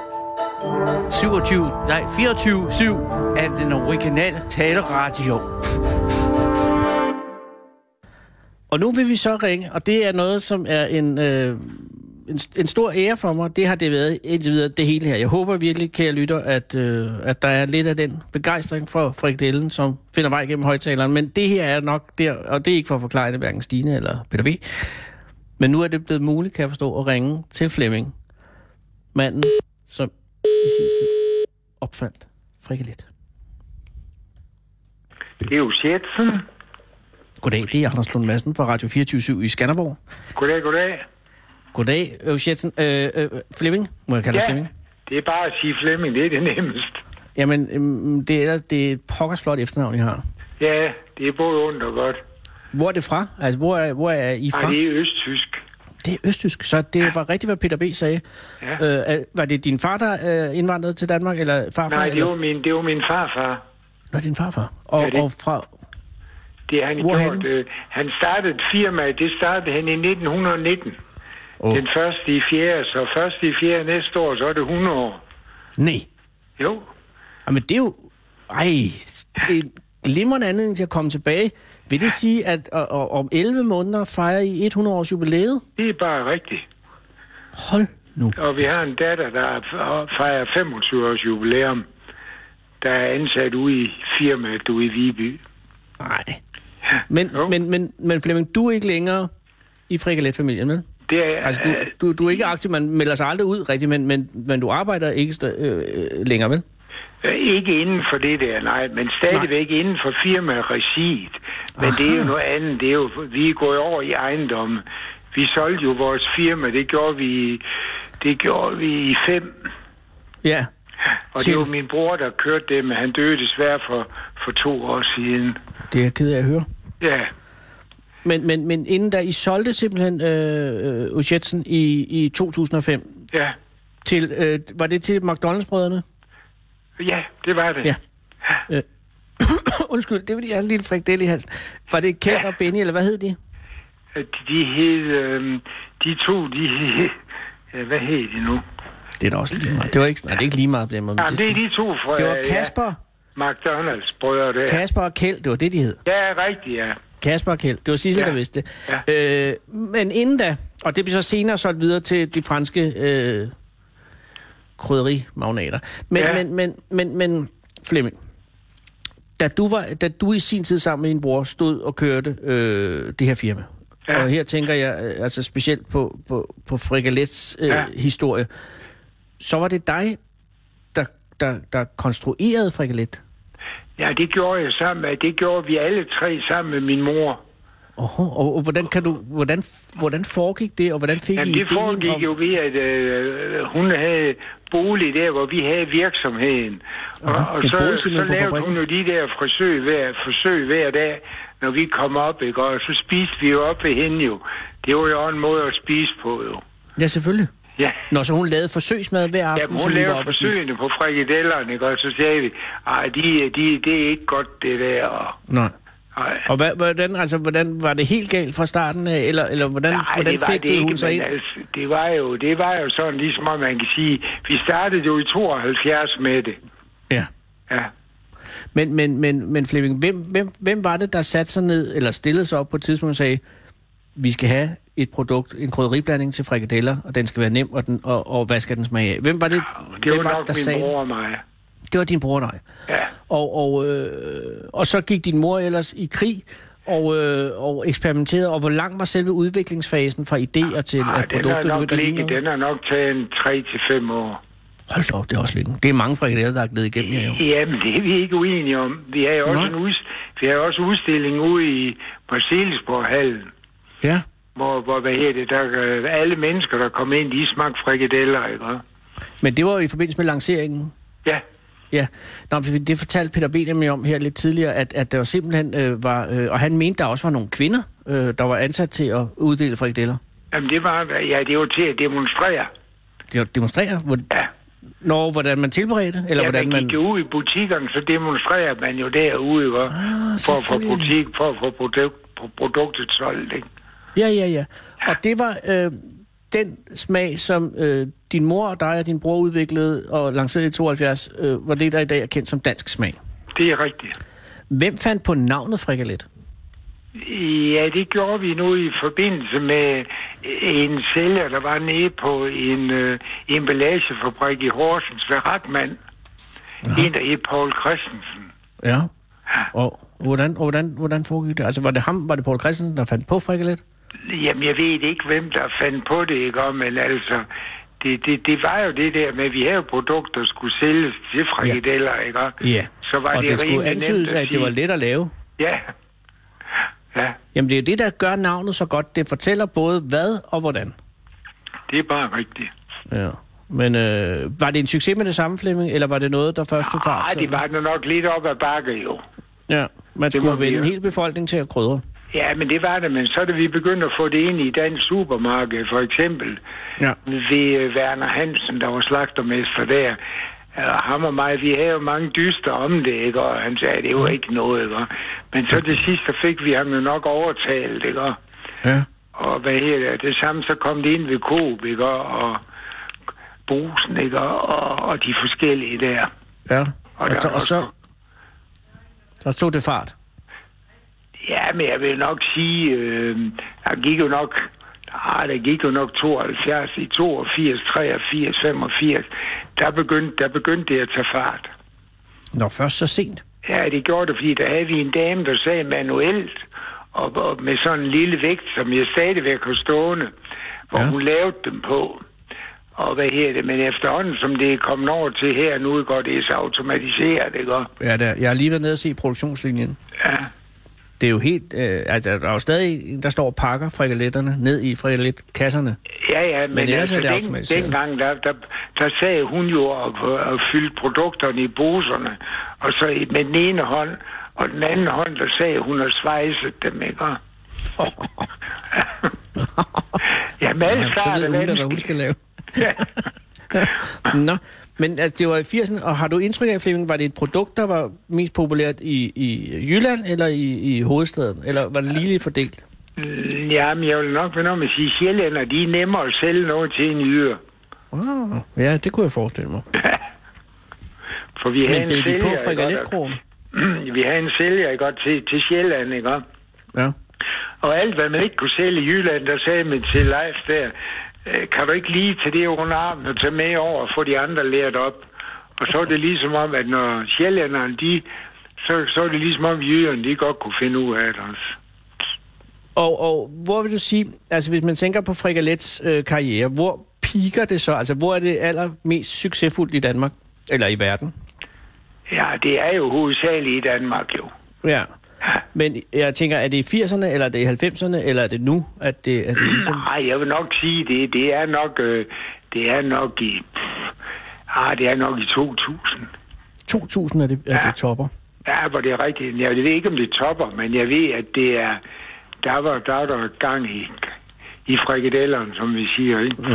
Speaker 9: 27, nej, 24-7 af den originale taleradio.
Speaker 4: Og nu vil vi så ringe, og det er noget, som er en, øh, en, en stor ære for mig. Det har det været indtil videre, det hele her. Jeg håber virkelig, kære lytter, at, øh, at der er lidt af den begejstring for frikadellen, som finder vej gennem højtaleren. Men det her er nok der, og det er ikke for at forklare det, hverken Stine eller Peter B. Men nu er det blevet muligt, kan jeg forstå, at ringe til Flemming. Manden, som i sin tid opfandt frikadellet.
Speaker 10: Det er jo Jetsen.
Speaker 4: Goddag, det er Anders Lund Madsen fra Radio 24 i Skanderborg.
Speaker 10: Goddag, goddag.
Speaker 4: Goddag, Øvsjetsen. Øh, øh, Flemming, må jeg kalde dig Flemming?
Speaker 10: det er bare at sige Flemming, det er det nemmest.
Speaker 4: Jamen, øhm, det er, det er et pokkers flot efternavn, I har.
Speaker 10: Ja, det er både ondt og godt.
Speaker 4: Hvor er det fra? Altså, hvor er, hvor er I
Speaker 10: Ej,
Speaker 4: fra?
Speaker 10: det er østtysk.
Speaker 4: Det er østtysk, så det var rigtigt, hvad Peter B. sagde. Ja. Øh, er- var det din far, der øh, indvandrede til Danmark, eller farfar?
Speaker 10: Nej, det
Speaker 4: eller...
Speaker 10: var min, det var min farfar.
Speaker 4: Nå, din farfar. Og,
Speaker 10: Ja,
Speaker 4: ja,
Speaker 10: det-
Speaker 4: og fra...
Speaker 10: Det har han
Speaker 4: Hvorhenne?
Speaker 10: gjort. øh, Han startede et firma, det startede han i 1919.
Speaker 4: Åh.
Speaker 10: Oh. Den første i fjerde, så første i fjerde næste år, så er det 100 år.
Speaker 4: Nej.
Speaker 10: Jo,
Speaker 4: Jamen, det er jo... Ej, det er en glimrende anledning til at komme tilbage. Vil det sige, at og, og, om 11 måneder fejrer I 100 års jubilæet?
Speaker 10: det er bare rigtigt.
Speaker 4: Hold nu.
Speaker 10: Og vi har en datter, der f- fejrer 25 års jubilæum, der er ansat ude i firmaet ude i Viby.
Speaker 4: Nej. Men,
Speaker 10: Jo.
Speaker 4: men, men, men Flemming, du er ikke længere i frikaletfamilien, vel?
Speaker 10: Det er,
Speaker 4: Altså, du, du, du er ikke aktiv, man melder sig aldrig ud rigtigt, men, men, men du arbejder ikke sta- øh, øh, længere, vel?
Speaker 10: Øh, Ikke inden for det der, nej, men stadigvæk nej. inden for firmaregiet. Men Aha. det er jo noget andet. Det er jo, vi er gået over i ejendomme. Vi solgte jo vores firma, det gjorde vi, det gjorde vi i fem.
Speaker 4: Ja.
Speaker 10: Og
Speaker 4: Til-
Speaker 10: det var min bror, der kørte det, men han døde desværre for, for to år siden.
Speaker 4: Det er jeg ked af at høre.
Speaker 10: Ja,
Speaker 4: Men, men, men inden da I solgte simpelthen øh, øh, Jetsen i, i 2005,
Speaker 10: ja,
Speaker 4: til, øh, var det til McDonald's-brødrene? [CLEARS THROAT]
Speaker 10: ja, det var det.
Speaker 4: Ja. Undskyld, det var fordi, jeg har en lille frikdel i halsen. Var det Kjeld og Benny, eller hvad hed de?
Speaker 10: At De hed, øh, de to, de hed, ja, hvad hed de nu?
Speaker 4: Det er da også lige meget. Det var ikke, nej, det er ikke lige meget på den måde. men
Speaker 10: Jamen, det er de to fra øh,
Speaker 4: det var
Speaker 10: ja,
Speaker 4: Kasper,
Speaker 10: McDonald's brødre der.
Speaker 4: Kasper og Kjeld, det var det, de hed.
Speaker 10: Ja, rigtigt, ja.
Speaker 4: Kasper og Kjeld. Det var Sissel, ja.
Speaker 10: Ja.
Speaker 4: der vidste det. Ja. Øh, men inden da, og det blev så senere solgt videre til de franske øh, krydderimagnater. Men, ja.
Speaker 10: Ja.
Speaker 4: men, men, men, men Flemming, da du, var, da du i sin tid sammen med din bror stod og kørte øh, det her firma, ja.
Speaker 10: Ja.
Speaker 4: og her tænker jeg øh, altså specielt på, på, på Frigalets øh, ja.
Speaker 10: Ja.
Speaker 4: historie, så var det dig, der, der, der konstruerede Frigalet.
Speaker 10: Ja, det gjorde jeg sammen med, det gjorde vi alle tre sammen med min mor.
Speaker 4: Oho, og, og hvordan, kan du, hvordan, hvordan foregik det, og hvordan fik
Speaker 10: Jamen,
Speaker 4: I
Speaker 10: det foregik jo ved, at øh, hun havde bolig der, hvor vi havde virksomheden. Og,
Speaker 4: Aha,
Speaker 10: og
Speaker 4: hun
Speaker 10: så,
Speaker 4: boede
Speaker 10: så
Speaker 4: simpelthen på
Speaker 10: lavede
Speaker 4: fabrikken?
Speaker 10: hun jo de der forsøg hver, forsøg hver dag, når vi kom op, ikke? og så spiste vi jo op ved hende jo. Det var jo også en måde at spise på jo.
Speaker 4: Ja, selvfølgelig.
Speaker 10: Ja.
Speaker 4: Nå, så hun lavede forsøgsmad hver aften,
Speaker 10: Jamen,
Speaker 4: som
Speaker 10: hun
Speaker 4: I var
Speaker 10: lavede
Speaker 4: oppe at spise.
Speaker 10: forsøgene på frikadellerne, ikke? og så sagde vi, ej, de, de, det er ikke godt, det der. Og,
Speaker 4: Nej.
Speaker 10: ej.
Speaker 4: Og hvad, hvordan, altså, hvordan, var det helt galt fra starten, af, eller, eller hvordan, hvordan
Speaker 10: det var
Speaker 4: fik det, hun
Speaker 10: ikke,
Speaker 4: sig
Speaker 10: men
Speaker 4: ind?
Speaker 10: Altså, det, var jo, det var jo sådan, ligesom om man kan sige, vi startede jo i 72 med det.
Speaker 4: Ja.
Speaker 10: Ja.
Speaker 4: Men, men, men, men Flemming, hvem, hvem, hvem var det, der satte sig ned, eller stillede sig op på et tidspunkt og sagde, vi skal have et produkt, en krydderiblanding til frikadeller, og den skal være nem, og, den, og, og hvad skal den smage af? Hvem var det,
Speaker 10: Det
Speaker 4: hvem
Speaker 10: var
Speaker 4: var
Speaker 10: nok min bror og mig.
Speaker 4: det? Det var din bror, nej.
Speaker 10: Ja.
Speaker 4: Og, og, øh, og så gik din mor ellers i krig, og, øh, og eksperimenterede, og hvor lang var selve udviklingsfasen fra idéer til,
Speaker 10: Ah, Ej,
Speaker 4: at
Speaker 10: den har
Speaker 4: produktet
Speaker 10: nok
Speaker 4: begyndte at ligne
Speaker 10: ligget,
Speaker 4: noget?
Speaker 10: den har nok taget en 3-5 år.
Speaker 4: Hold da op, det er også længe. Det er mange frikadeller, der er glædet igennem her, jo.
Speaker 10: Jamen, det er vi ikke uenige om. Vi har jo også,
Speaker 4: Nå.
Speaker 10: en ud, vi har jo også udstilling ude i Marcelisborg-hallen,
Speaker 4: Ja.
Speaker 10: hvor, hvor hvad her det, der, øh, alle mennesker, der kom ind, de smagte frikadeller, ikke?
Speaker 4: Men det var jo i forbindelse med lanceringen.
Speaker 10: Ja,
Speaker 4: Ja, Nå, men det fortalte Peter Benjamin om her lidt tidligere, at, at der var simpelthen øh, var, øh, og han mente, der også var nogle kvinder, øh, der var ansat til at uddele frikadeller.
Speaker 10: Jamen, det var, ja, det var til at demonstrere.
Speaker 4: Det var- demonstrere, hvor,
Speaker 10: Ja.
Speaker 4: når, hvordan man tilberedte, eller
Speaker 10: ja,
Speaker 4: hvordan
Speaker 10: man
Speaker 4: man...
Speaker 10: gik jo ud i butikkerne, så demonstrerer man jo derude, hvor, ah, for at få
Speaker 4: selvfølgelig.
Speaker 10: butik, for at få produkt, pro- produktet solgt, ikke?
Speaker 4: Ja, ja, ja. Og det var øh, den smag, som øh, din mor og dig og din bror udviklede og lancerede i 72, øh, var det, der i dag er kendt som dansk smag.
Speaker 10: Det er rigtigt.
Speaker 4: Hvem fandt på navnet frikalet?
Speaker 10: Ja, det gjorde vi nu i forbindelse med øh, en sælger, der var nede på en øh, emballagefabrik i Horsens ved Ratmand. En, der hed Paul Christensen.
Speaker 4: Ja. Og hvordan, og hvordan, hvordan foregik det? Altså, var det ham, var det Paul Christensen, der fandt på frikalet?
Speaker 10: Jamen, jeg ved ikke, hvem der fandt på det, ikke? Og, Men altså, det, det, det var jo det der med, at vi havde produkter, der skulle sælges til frikadeller, ikke?
Speaker 4: Ja.
Speaker 10: Så var
Speaker 4: og
Speaker 10: det
Speaker 4: det skulle
Speaker 10: rimelig nemt
Speaker 4: antydes,
Speaker 10: at
Speaker 4: at det var
Speaker 10: sige.
Speaker 4: let at lave.
Speaker 10: Ja. Ja,
Speaker 4: Jamen, det er jo det, der gør navnet så godt. Det fortæller både hvad og hvordan.
Speaker 10: det er bare rigtigt.
Speaker 4: Ja. Men øh, var det en succes med det samme, Flemming, eller var det noget, der først tog fart?
Speaker 10: Nej,
Speaker 4: sådan?
Speaker 10: det var nu nok lidt op ad bakke, jo.
Speaker 4: Ja, man
Speaker 10: må
Speaker 4: skulle
Speaker 10: vi
Speaker 4: vende en
Speaker 10: jo.
Speaker 4: hel befolkning til at krydre.
Speaker 10: Ja, men det var det, men så da vi begyndte at få det ind i dansk supermarked, for eksempel
Speaker 4: Ja.
Speaker 10: ved øh, Werner Hansen, der var slagtermester der, øh, ham og mig, vi havde jo mange dyster om det, ikke? og han sagde, det er jo ikke noget, ikke? men så til sidst, så fik vi ham jo nok overtalt, ikke?
Speaker 4: Ja.
Speaker 10: og hvad hedder det, det samme, så kom det ind ved Coop, ikke? og Brusen, ikke? Og, og de forskellige der.
Speaker 4: Ja.
Speaker 10: Og
Speaker 4: Og, og,
Speaker 10: der er
Speaker 4: så, og så,
Speaker 10: også-
Speaker 4: så tog det fart.
Speaker 10: Ja, men jeg vil nok sige, øh, der gik jo nok... Ah, der gik jo nok 72 i 82, 83, 85. Der begyndte, der begyndte det at tage fart.
Speaker 4: Nå, først så sent.
Speaker 10: Ja, det gjorde det, fordi der havde vi en dame, der sagde manuelt, og, og med sådan en lille vægt, som jeg stadigvæk har stående, hvor
Speaker 4: Ja.
Speaker 10: ja. hun lavede dem på. Og hvad her det? Men efterhånden, som det er kommet over til her nu, går det er så automatiseret, ikke? Og-
Speaker 4: Ja, der, jeg har lige været nede og se produktionslinjen.
Speaker 10: Ja.
Speaker 4: Det er jo helt... Øh, altså, der er jo stadig... en, Der står og pakker frikaletterne ned i frikaletkasserne.
Speaker 10: Ja, ja, men, men
Speaker 4: ellers
Speaker 10: altså,
Speaker 4: er det
Speaker 10: den,
Speaker 4: automatiseret.
Speaker 10: dengang, der, der, der sagde hun jo at, at fylde produkterne i poserne, og så i- med den ene hånd, og den anden hånd, der sagde hun at svejse dem,
Speaker 4: [LAUGHS]
Speaker 10: ikke? ja, med alle
Speaker 4: så
Speaker 10: starter
Speaker 4: ved hun da, hvad hun
Speaker 10: menneske.
Speaker 4: skal lave. [LAUGHS] Nå, men altså, det var i 80'erne, og har du indtryk af, Flemming, var det et produkt, der var mest populært i, i Jylland eller i, i hovedstaden? Eller var det ligeligt fordelt?
Speaker 10: Mm, Jamen, jeg vil nok vende om at sige, sjællænder, de er nemmere at sælge noget til en yder.
Speaker 4: Wow. Ja, det kunne jeg forestille mig.
Speaker 10: For vi havde
Speaker 4: Men
Speaker 10: en
Speaker 4: blev de
Speaker 10: sælger,
Speaker 4: på
Speaker 10: ikke også? Mm,
Speaker 4: frikadellekrogen?
Speaker 10: vi havde en sælger, ikke også, til, til Sjælland, ikke også?
Speaker 4: Ja.
Speaker 10: Og alt, hvad man ikke kunne sælge i Jylland, der sagde man til Leif der, "Øh, kan du ikke lige til det under armen og tage med over og få de andre lært op? Og så er det ligesom om, at når sjællænderne, de, så, så er det ligesom om, at jyderne, de godt kunne finde ud af det også.
Speaker 4: Og, og hvor vil du sige, altså hvis man tænker på Frigalets øh, karriere, hvor piker det så? Altså hvor er det allermest succesfuldt i Danmark? Eller i verden?
Speaker 10: Ja, det er jo hovedsageligt i Danmark jo.
Speaker 4: Ja. Men jeg tænker, er det i 80'erne, eller er det i 90'erne, eller er det nu, at det, at det ligesom...
Speaker 10: Nej, jeg vil nok sige, det, det er nok, øh, det er nok i, pff, ah, det er nok i 2000.
Speaker 4: 2000 er det, er det topper.
Speaker 10: Ja, hvor det er rigtigt. Jeg ved ikke, om det topper, men jeg ved, at det er, der var der, var der gang i, i frikadellerne, som vi siger, ikke?
Speaker 4: Mm.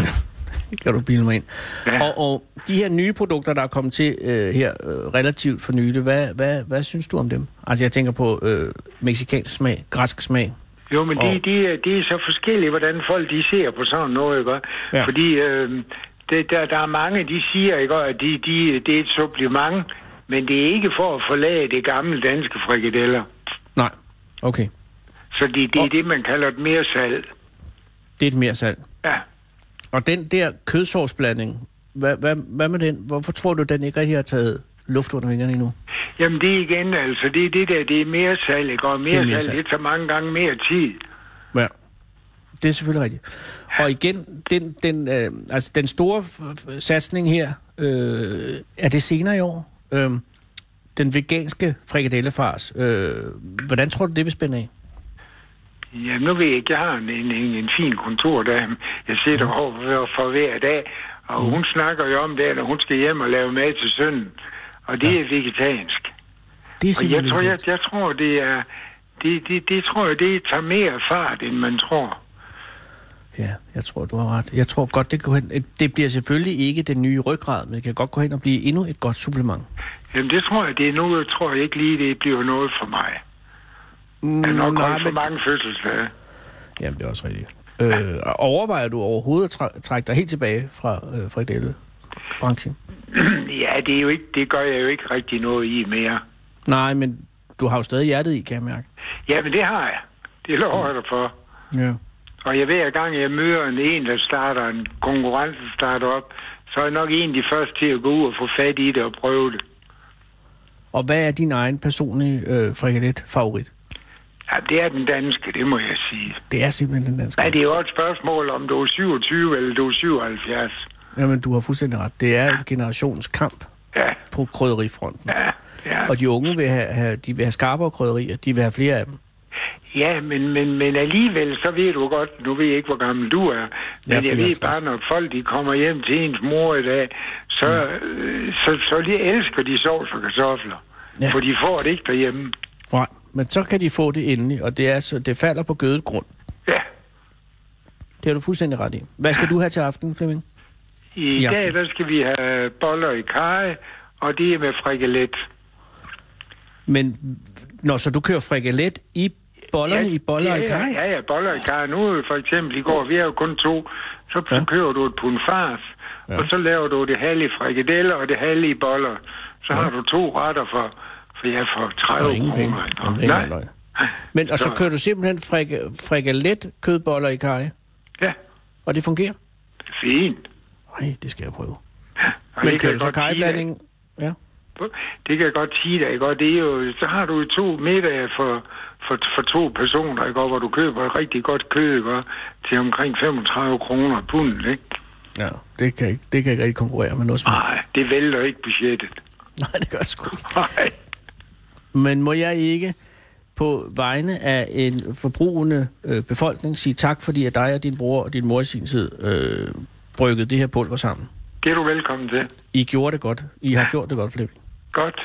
Speaker 4: Kan du bilde mig ind?
Speaker 10: Ja.
Speaker 4: Og, og de her nye produkter, der er kommet til øh, her øh, relativt for nylig, hvad, hvad, hvad synes du om dem? Altså, jeg tænker på øh, meksikansk smag, græsk smag.
Speaker 10: Jo, men
Speaker 4: Og-
Speaker 10: de, de, er, de er så forskellige, hvordan folk de ser på sådan noget, ikke?
Speaker 4: Ja.
Speaker 10: Ja. Fordi øh, det, der, der er mange, de siger, ikke, at de, de, det er et supplement, men det er ikke for at forlade det gamle danske frikadeller.
Speaker 4: Nej, okay.
Speaker 10: Så det, det er det, man kalder et mere salg.
Speaker 4: Det er et mere salg.
Speaker 10: Ja.
Speaker 4: Og den der kødsovsblanding, hvad, hvad, hvad med den? Hvorfor tror du, den ikke rigtig har taget luft under vingerne endnu?
Speaker 10: Jamen det er igen, altså, det er det der, det er mere salg, ikke? Og
Speaker 4: Det er
Speaker 10: mere,
Speaker 4: mere
Speaker 10: mere
Speaker 4: salg.
Speaker 10: salg, det tager mange gange mere tid.
Speaker 4: Ja. Det er selvfølgelig rigtigt. Og igen, den, den, øh, altså den store f- f- satsning her, øh, er det senere i år? Øh, den veganske frikadellefars. Øh, hvordan tror du, det vil spænde af?
Speaker 10: Jamen, nu ved jeg ikke, jeg har en, en, en, en fin kontordame, jeg sidder ja. over for hver dag, og hun snakker jo om det, når hun skal hjem og lave mad til sønnen, og det ja. er vegetansk.
Speaker 4: Det er
Speaker 10: Og jeg
Speaker 4: simpelthen...
Speaker 10: tror, jeg, jeg tror, det er, det, det, det tror jeg, det tager mere fart, end man tror.
Speaker 4: Ja, jeg tror, du har ret. Jeg tror godt, det går hen. Det bliver selvfølgelig ikke den nye ryggrad, men det kan godt gå hen og blive endnu et godt supplement.
Speaker 10: Jamen, det tror jeg, det er nu, jeg tror jeg ikke lige, det bliver noget for mig.
Speaker 4: Mm,
Speaker 10: Jeg har nok
Speaker 4: nej,
Speaker 10: holdt for
Speaker 4: men-
Speaker 10: mange fødselsdage. [CLEARS THROAT]
Speaker 4: Jamen, det er også rigtigt. Øh, og overvejer du overhovedet at tra- trække dig helt tilbage fra øh, frikadellebranchen?
Speaker 10: ja, det, er jo ikke, det gør jeg jo ikke rigtig noget i mere.
Speaker 4: Nej, men du har jo stadig hjertet i, kan jeg mærke.
Speaker 10: Jamen, det har jeg. Det lover jeg dig for.
Speaker 4: Ja.
Speaker 10: Og jeg hver gang, jeg møder en, en der starter en konkurrence, der starter op, så er jeg nok en af de første til at gå ud og få fat i det og prøve det.
Speaker 4: Og hvad er din egen personlige øh, frikadellet-favorit?
Speaker 10: Ja, det er den danske, det må jeg sige.
Speaker 4: Det er simpelthen den danske.
Speaker 10: Ja, det er jo også et spørgsmål, om du er 27 eller du er 77.
Speaker 4: Jamen, du har fuldstændig ret. Det er en generationskamp
Speaker 10: Ja,
Speaker 4: på krydderifronten.
Speaker 10: ja, ja.
Speaker 4: Og de unge vil have, have, de vil have skarpere krydderier, de vil have flere af dem.
Speaker 10: Ja, men, men, men alligevel, så ved du godt, nu ved jeg ikke, hvor gammel du er, men jeg, ved
Speaker 4: 54.
Speaker 10: bare, når folk de kommer hjem til ens mor i dag, så, mm. så, så de elsker de sovs og kartofler.
Speaker 4: Ja.
Speaker 10: Ja. For de får det ikke derhjemme.
Speaker 4: Nej. Men så kan de få det endelig, og det, er, så, det falder på gødet grund.
Speaker 10: Ja.
Speaker 4: Det har du fuldstændig ret i. Hvad skal du have til aften, Flemming?
Speaker 10: I
Speaker 4: I
Speaker 10: ja.
Speaker 4: aften.
Speaker 10: dag, der skal vi have boller i kaj, og det er med frikalet.
Speaker 4: Men, når så du kører frikalet i bollerne i boller
Speaker 10: ja,
Speaker 4: i kaj?
Speaker 10: Ja, ja, boller i kaj. Nu øh, for eksempel i går, vi er jo kun to, så, så kører du et pund fars, ja. og så laver du det halve i frikadeller og det halve i boller. Så har du to retter for, for ja, for 30
Speaker 4: For ingen penge.
Speaker 10: kroner. Nå,
Speaker 4: Jamen, ingen løgn. Men, og så
Speaker 10: Så-
Speaker 4: kører du simpelthen frik- frikalet kødboller i kaj,
Speaker 10: ja,
Speaker 4: og det fungerer?
Speaker 10: fint.
Speaker 4: Nej, det skal jeg prøve.
Speaker 10: Og
Speaker 4: Men
Speaker 10: det kan
Speaker 4: kører
Speaker 10: jeg
Speaker 4: du så
Speaker 10: godt sige dig.
Speaker 4: kajblanding? Ja.
Speaker 10: Det kan jeg godt sige dig, ikke? Og det er jo, så har du jo to middage for, for, for to personer, ikke? Og hvor du køber et rigtig godt kød, ikke? Til omkring 35 kroner pund, ikke?
Speaker 4: ja. Det, kan ikke, det kan ikke rigtig konkurrere med noget som helst.
Speaker 10: Nej, det vælter ikke budgettet.
Speaker 4: Nej, det gør jeg sgu ikke.
Speaker 10: Nej.
Speaker 4: Men må jeg ikke på vegne af en forbrugende øh, befolkning sige tak, fordi at dig og din bror og din mor i sin tid øh, bryggede det her pulver sammen?
Speaker 10: Det er du velkommen til.
Speaker 4: I gjorde det godt. I har gjort det godt, Flemming.
Speaker 10: Godt.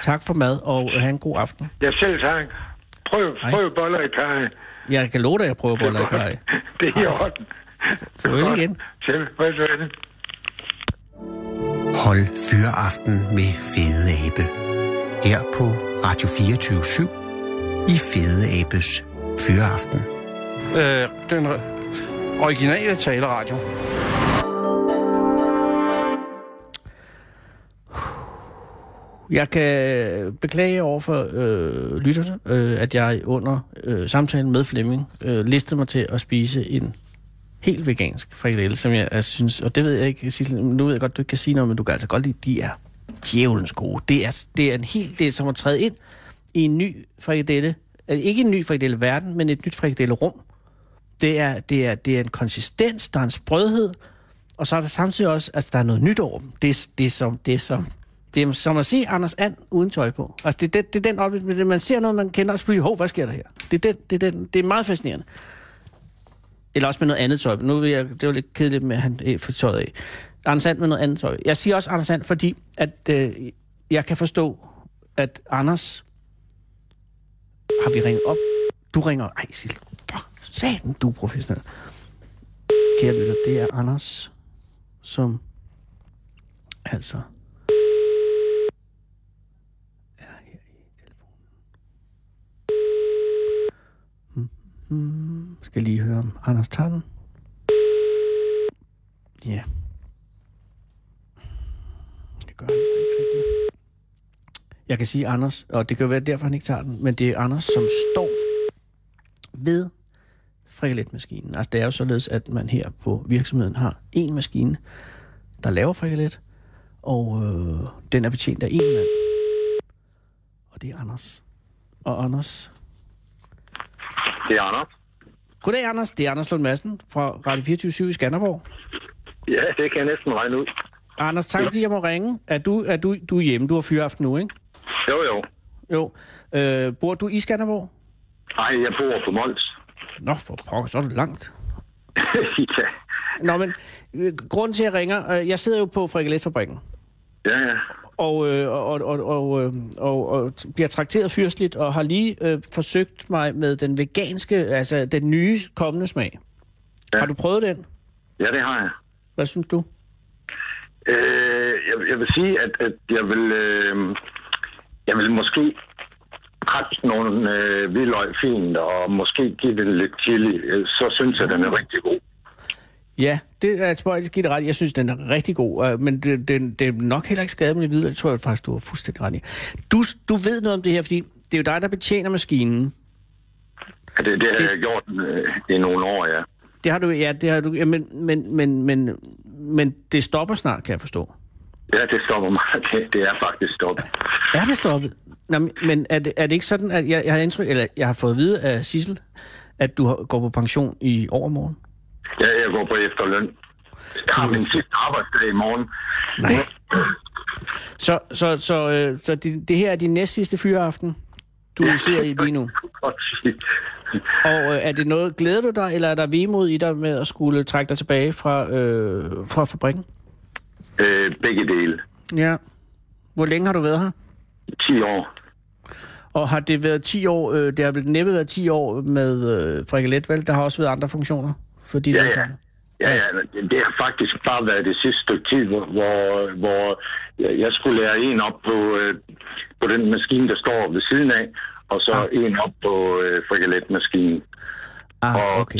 Speaker 4: Tak for mad, og øh, have en god aften.
Speaker 10: Jeg selv tak. Prøv,
Speaker 4: Hej.
Speaker 10: prøv boller i kaj.
Speaker 4: Jeg kan love dig, at jeg prøver boller i kaj.
Speaker 10: Det er i orden.
Speaker 4: Farvel igen.
Speaker 10: Selv. Farvel.
Speaker 3: Hold Fyraften med Fede Abe. Her på Radio 24 i Fede Abes Fyraften.
Speaker 9: Øh, den originale taleradio.
Speaker 4: Jeg kan beklage over for øh, lytterne, øh, at jeg under øh, samtalen med Flemming øh, listede mig til at spise en helt vegansk frikadelle, som jeg, jeg synes, og det ved jeg ikke, Sissel, nu ved jeg godt, du ikke kan sige noget, men du kan altså godt lide, de er djævelens gode. Det er, det er en helt del, som at træde ind i en ny frikadelle, altså ikke en ny frikadelle verden, men et nyt frikadelle rum. Det er, det, er, det er en konsistens, der er en sprødhed, og så er der samtidig også, altså der er noget nyt over dem. Det, er- det, er, som, det er som Det er som at se Anders And uden tøj på. Altså, det er, den, det er den oplevelse, man ser noget, man kender, og så pludselig, hov, hvad sker der her? Det er, den, det, er den, det er meget fascinerende. Eller også med noget andet tøj. Nu vil jeg, det var lidt kedeligt med, at han øh, får tøjet af. Anders Sand med noget andet tøj. Jeg siger også Anders Sand, fordi at, øh, jeg kan forstå, at Anders... Har vi ringet op? Du ringer... Ej, Sil. Fuck, satan, du er professionel. Kære lytter, det er Anders, som altså er her i telefonen. Mm, mm, skal lige høre om Anders tager den. Ja. Det gør han så ikke rigtigt. Jeg kan sige Anders, og det kan jo være derfor, han ikke tager den, men det er Anders, som står ved frikaletmaskinen. Altså det er jo således, at man her på virksomheden har en maskine, der laver frikalet, og øh, den er betjent af en mand. Og det er Anders. Og Anders...
Speaker 8: Det er Anders.
Speaker 4: Goddag, Anders. Det er Anders Lund Madsen fra Radio 24 i Skanderborg.
Speaker 8: Ja, det kan jeg næsten regne ud.
Speaker 4: Anders, tak fordi jeg må ringe. Er du, er du, du er hjemme? Du har fyraften nu, ikke?
Speaker 8: Jo, jo.
Speaker 4: Jo. Øh, bor du i Skanderborg?
Speaker 8: Nej, jeg bor på Mols.
Speaker 4: Nå, for pokker, så er det langt.
Speaker 8: ja.
Speaker 4: Nå, men øh, grunden til, at jeg ringer... Øh, jeg sidder jo på frikaletfabrikken.
Speaker 8: ja, ja.
Speaker 4: og, øh, og, og, og, og, øh, og, og t- bliver trakteret fyrstligt, og har lige øh, forsøgt mig med den veganske, altså den nye kommende smag. Ja. Har du prøvet den?
Speaker 8: Ja, det har jeg.
Speaker 4: Hvad synes du?
Speaker 8: Øh, jeg, jeg vil sige, at, at jeg vil... Øh, jeg vil måske kræfte nogle øh, hvidløg fint, og måske give den lidt chili. Øh, Så synes jeg, den er rigtig god.
Speaker 4: Ja, det er et spørgsmål, jeg giver dig ret. i. Jeg synes, den er rigtig god, øh, men det, det, det er nok heller ikke skadet med det videre. Det tror jeg faktisk, du har fuldstændig ret i. Du, du ved noget om det her, fordi det er jo dig, der betjener maskinen.
Speaker 8: Ja, Det, det har jeg gjort øh, i nogle år, ja.
Speaker 4: Det har du, ja, det har du, ja, men, men, men, men, men det stopper snart, kan jeg forstå.
Speaker 8: Ja, det stopper mig. [LAUGHS] Det, det er faktisk stoppet.
Speaker 4: Er det stoppet? Nå, men- men er det, er det ikke sådan, at jeg, jeg, har indtryk, eller jeg har fået at vide af Sissel, at du har, går på pension i overmorgen?
Speaker 8: Ja, jeg går på efterløn. Jeg har min sidste arbejdsdag i morgen.
Speaker 4: Nej. Så, så, så, øh, så det, det her er din næst sidste fyreaften, du ja. ser i lige nu.
Speaker 8: [LAUGHS]
Speaker 4: Og øh, er det noget, glæder du dig, eller er der vemod i dig med at skulle trække dig tilbage fra, øh, fra fabrikken?
Speaker 8: Øh, begge dele.
Speaker 4: Ja. Hvor længe har du været her?
Speaker 8: 10 år.
Speaker 4: Og har det været 10 år, øh, det har vel næppe været 10 år med øh, frikalet, vel? Der har også været andre funktioner for dit
Speaker 8: Ja, ja.
Speaker 4: vedkommende.
Speaker 8: Ja, ja, men det det har faktisk bare været det sidste stykke tid, hvor, hvor, hvor jeg- jeg skulle lære en op på, øh, på den maskine, der står ved siden af, og så ah. en op på øh, frikaletmaskinen.
Speaker 4: Ah, okay.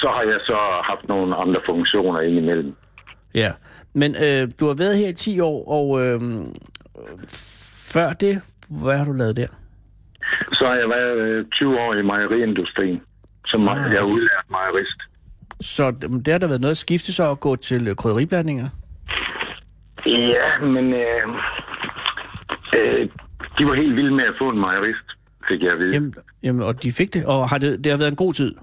Speaker 8: Så har jeg så haft nogle andre funktioner indimellem.
Speaker 4: Ja, men øh, du har været her i 10 år, og øh, før det, hvad har du lavet der?
Speaker 8: Så har jeg været øh, 20 år i mejeriindustrien, som ah, jeg er udlært mejerist.
Speaker 4: Så det har der været noget at skifte så at gå til øh, krydderiblandinger?
Speaker 8: Ja, men øh, øh, de var helt vilde med at få en mejerist, fik jeg at vide.
Speaker 4: Jamen, jamen, og de fik det, og har det, det har været en god tid?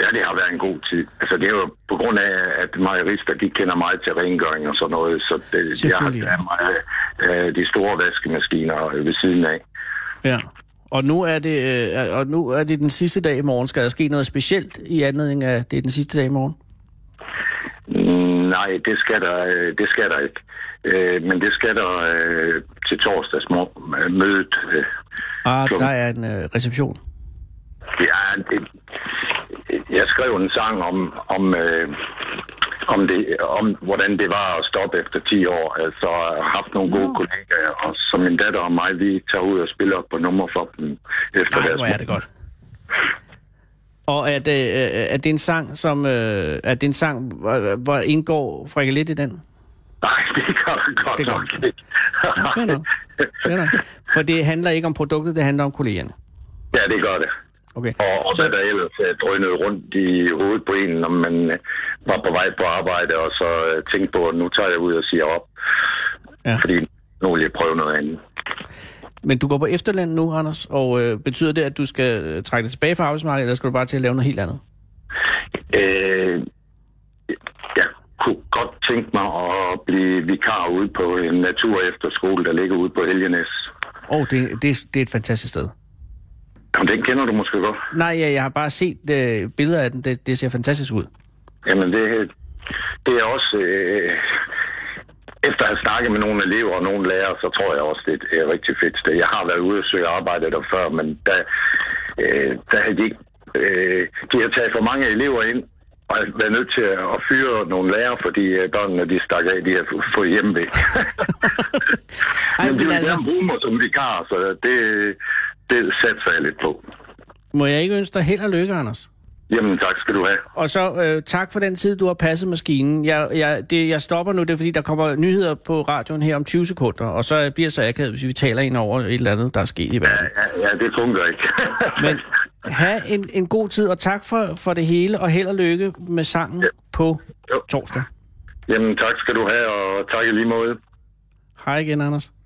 Speaker 8: Ja, det har været en god tid. Altså, det er jo på grund af, at mejerister, de kender meget til rengøring og sådan noget, så det, jeg har
Speaker 4: Selvfølgelig.
Speaker 8: der er meget, øh, de store vaskemaskiner ved siden af.
Speaker 4: Ja. Og nu er det, øh, og nu er det den sidste dag i morgen. Skal der ske noget specielt i anledning af, det er den sidste dag i morgen?
Speaker 8: Mm, nej, det skal der, øh, det skal der ikke. Øh, men det skal der øh, til torsdagsmødet. Øh,
Speaker 4: Ah,
Speaker 8: Klokken-
Speaker 4: der er en øh, reception.
Speaker 8: ja, det, jeg skrev en sang om, om, øh, om, det, om, hvordan det var at stoppe efter 10 år. Altså, jeg har haft nogle gode kollegaer, og som min datter og mig, vi tager ud og spiller på nummer for dem efter
Speaker 4: Nej,
Speaker 8: deres
Speaker 4: hvor er det godt. Og er det, øh, er det en sang, som, øh, er det en sang, hvor, hvor indgår frikalet i den?
Speaker 8: Nej, det gør det godt
Speaker 4: Det gør
Speaker 8: nok ikke.
Speaker 4: Nå, fair nok. Fair nok. For det handler ikke om produktet, det handler om kollegerne.
Speaker 8: Ja, det gør det.
Speaker 4: Okay.
Speaker 8: Og, og så der ellers øh, drønede rundt i hovedet på en, når man øh, var på vej på arbejde, og så øh, tænkte på, at nu tager jeg ud og siger op.
Speaker 4: Ja.
Speaker 8: Fordi nu vil jeg prøve noget andet.
Speaker 4: Men du går på efterland nu, Anders, og øh, betyder det, at du skal øh, trække dig tilbage fra arbejdsmarkedet, eller skal du bare til at lave noget helt andet?
Speaker 8: Øh, jeg
Speaker 10: Øh, kunne godt tænke mig at blive vikar ude på en naturefterskole, der ligger ude på Helgenæs.
Speaker 4: Åh, oh, det, det, det er et fantastisk sted.
Speaker 10: Jamen, den kender du måske godt.
Speaker 4: Nej, jeg, jeg har bare set øh, billeder af den. Det, det ser fantastisk ud.
Speaker 10: Jamen, det, det er også... Øh, efter at have snakket med nogle elever og nogle lærere, så tror jeg også, det er et øh, rigtig fedt sted. Jeg har været ude og søge arbejde der før, men der, øh, der havde de ikke... Øh, de har taget for mange elever ind, og jeg været nødt til at fyre nogle lærere, fordi øh, børnene de stak af, de har f- fået hjemme væk. men de
Speaker 4: men
Speaker 10: vil
Speaker 4: altså-
Speaker 10: altså... gerne bruge mig som vikar, så det, det satser jeg lidt på.
Speaker 4: Må jeg ikke ønske dig held og lykke, Anders?
Speaker 10: Jamen, tak skal du have.
Speaker 4: Og så øh, tak for den tid, du har passet maskinen. Jeg, jeg, det, jeg stopper nu, det er fordi, der kommer nyheder på radioen her om 20 sekunder, og så bliver jeg så akavet, hvis vi taler ind over et eller andet, der er sket i verden.
Speaker 10: Ja, ja det fungerer ikke. [LAUGHS]
Speaker 4: Men have en, en god tid, og tak for, for det hele, og held og lykke med sangen på torsdag.
Speaker 10: Jamen, tak skal du have, og tak i lige måde.
Speaker 4: Hej igen, Anders.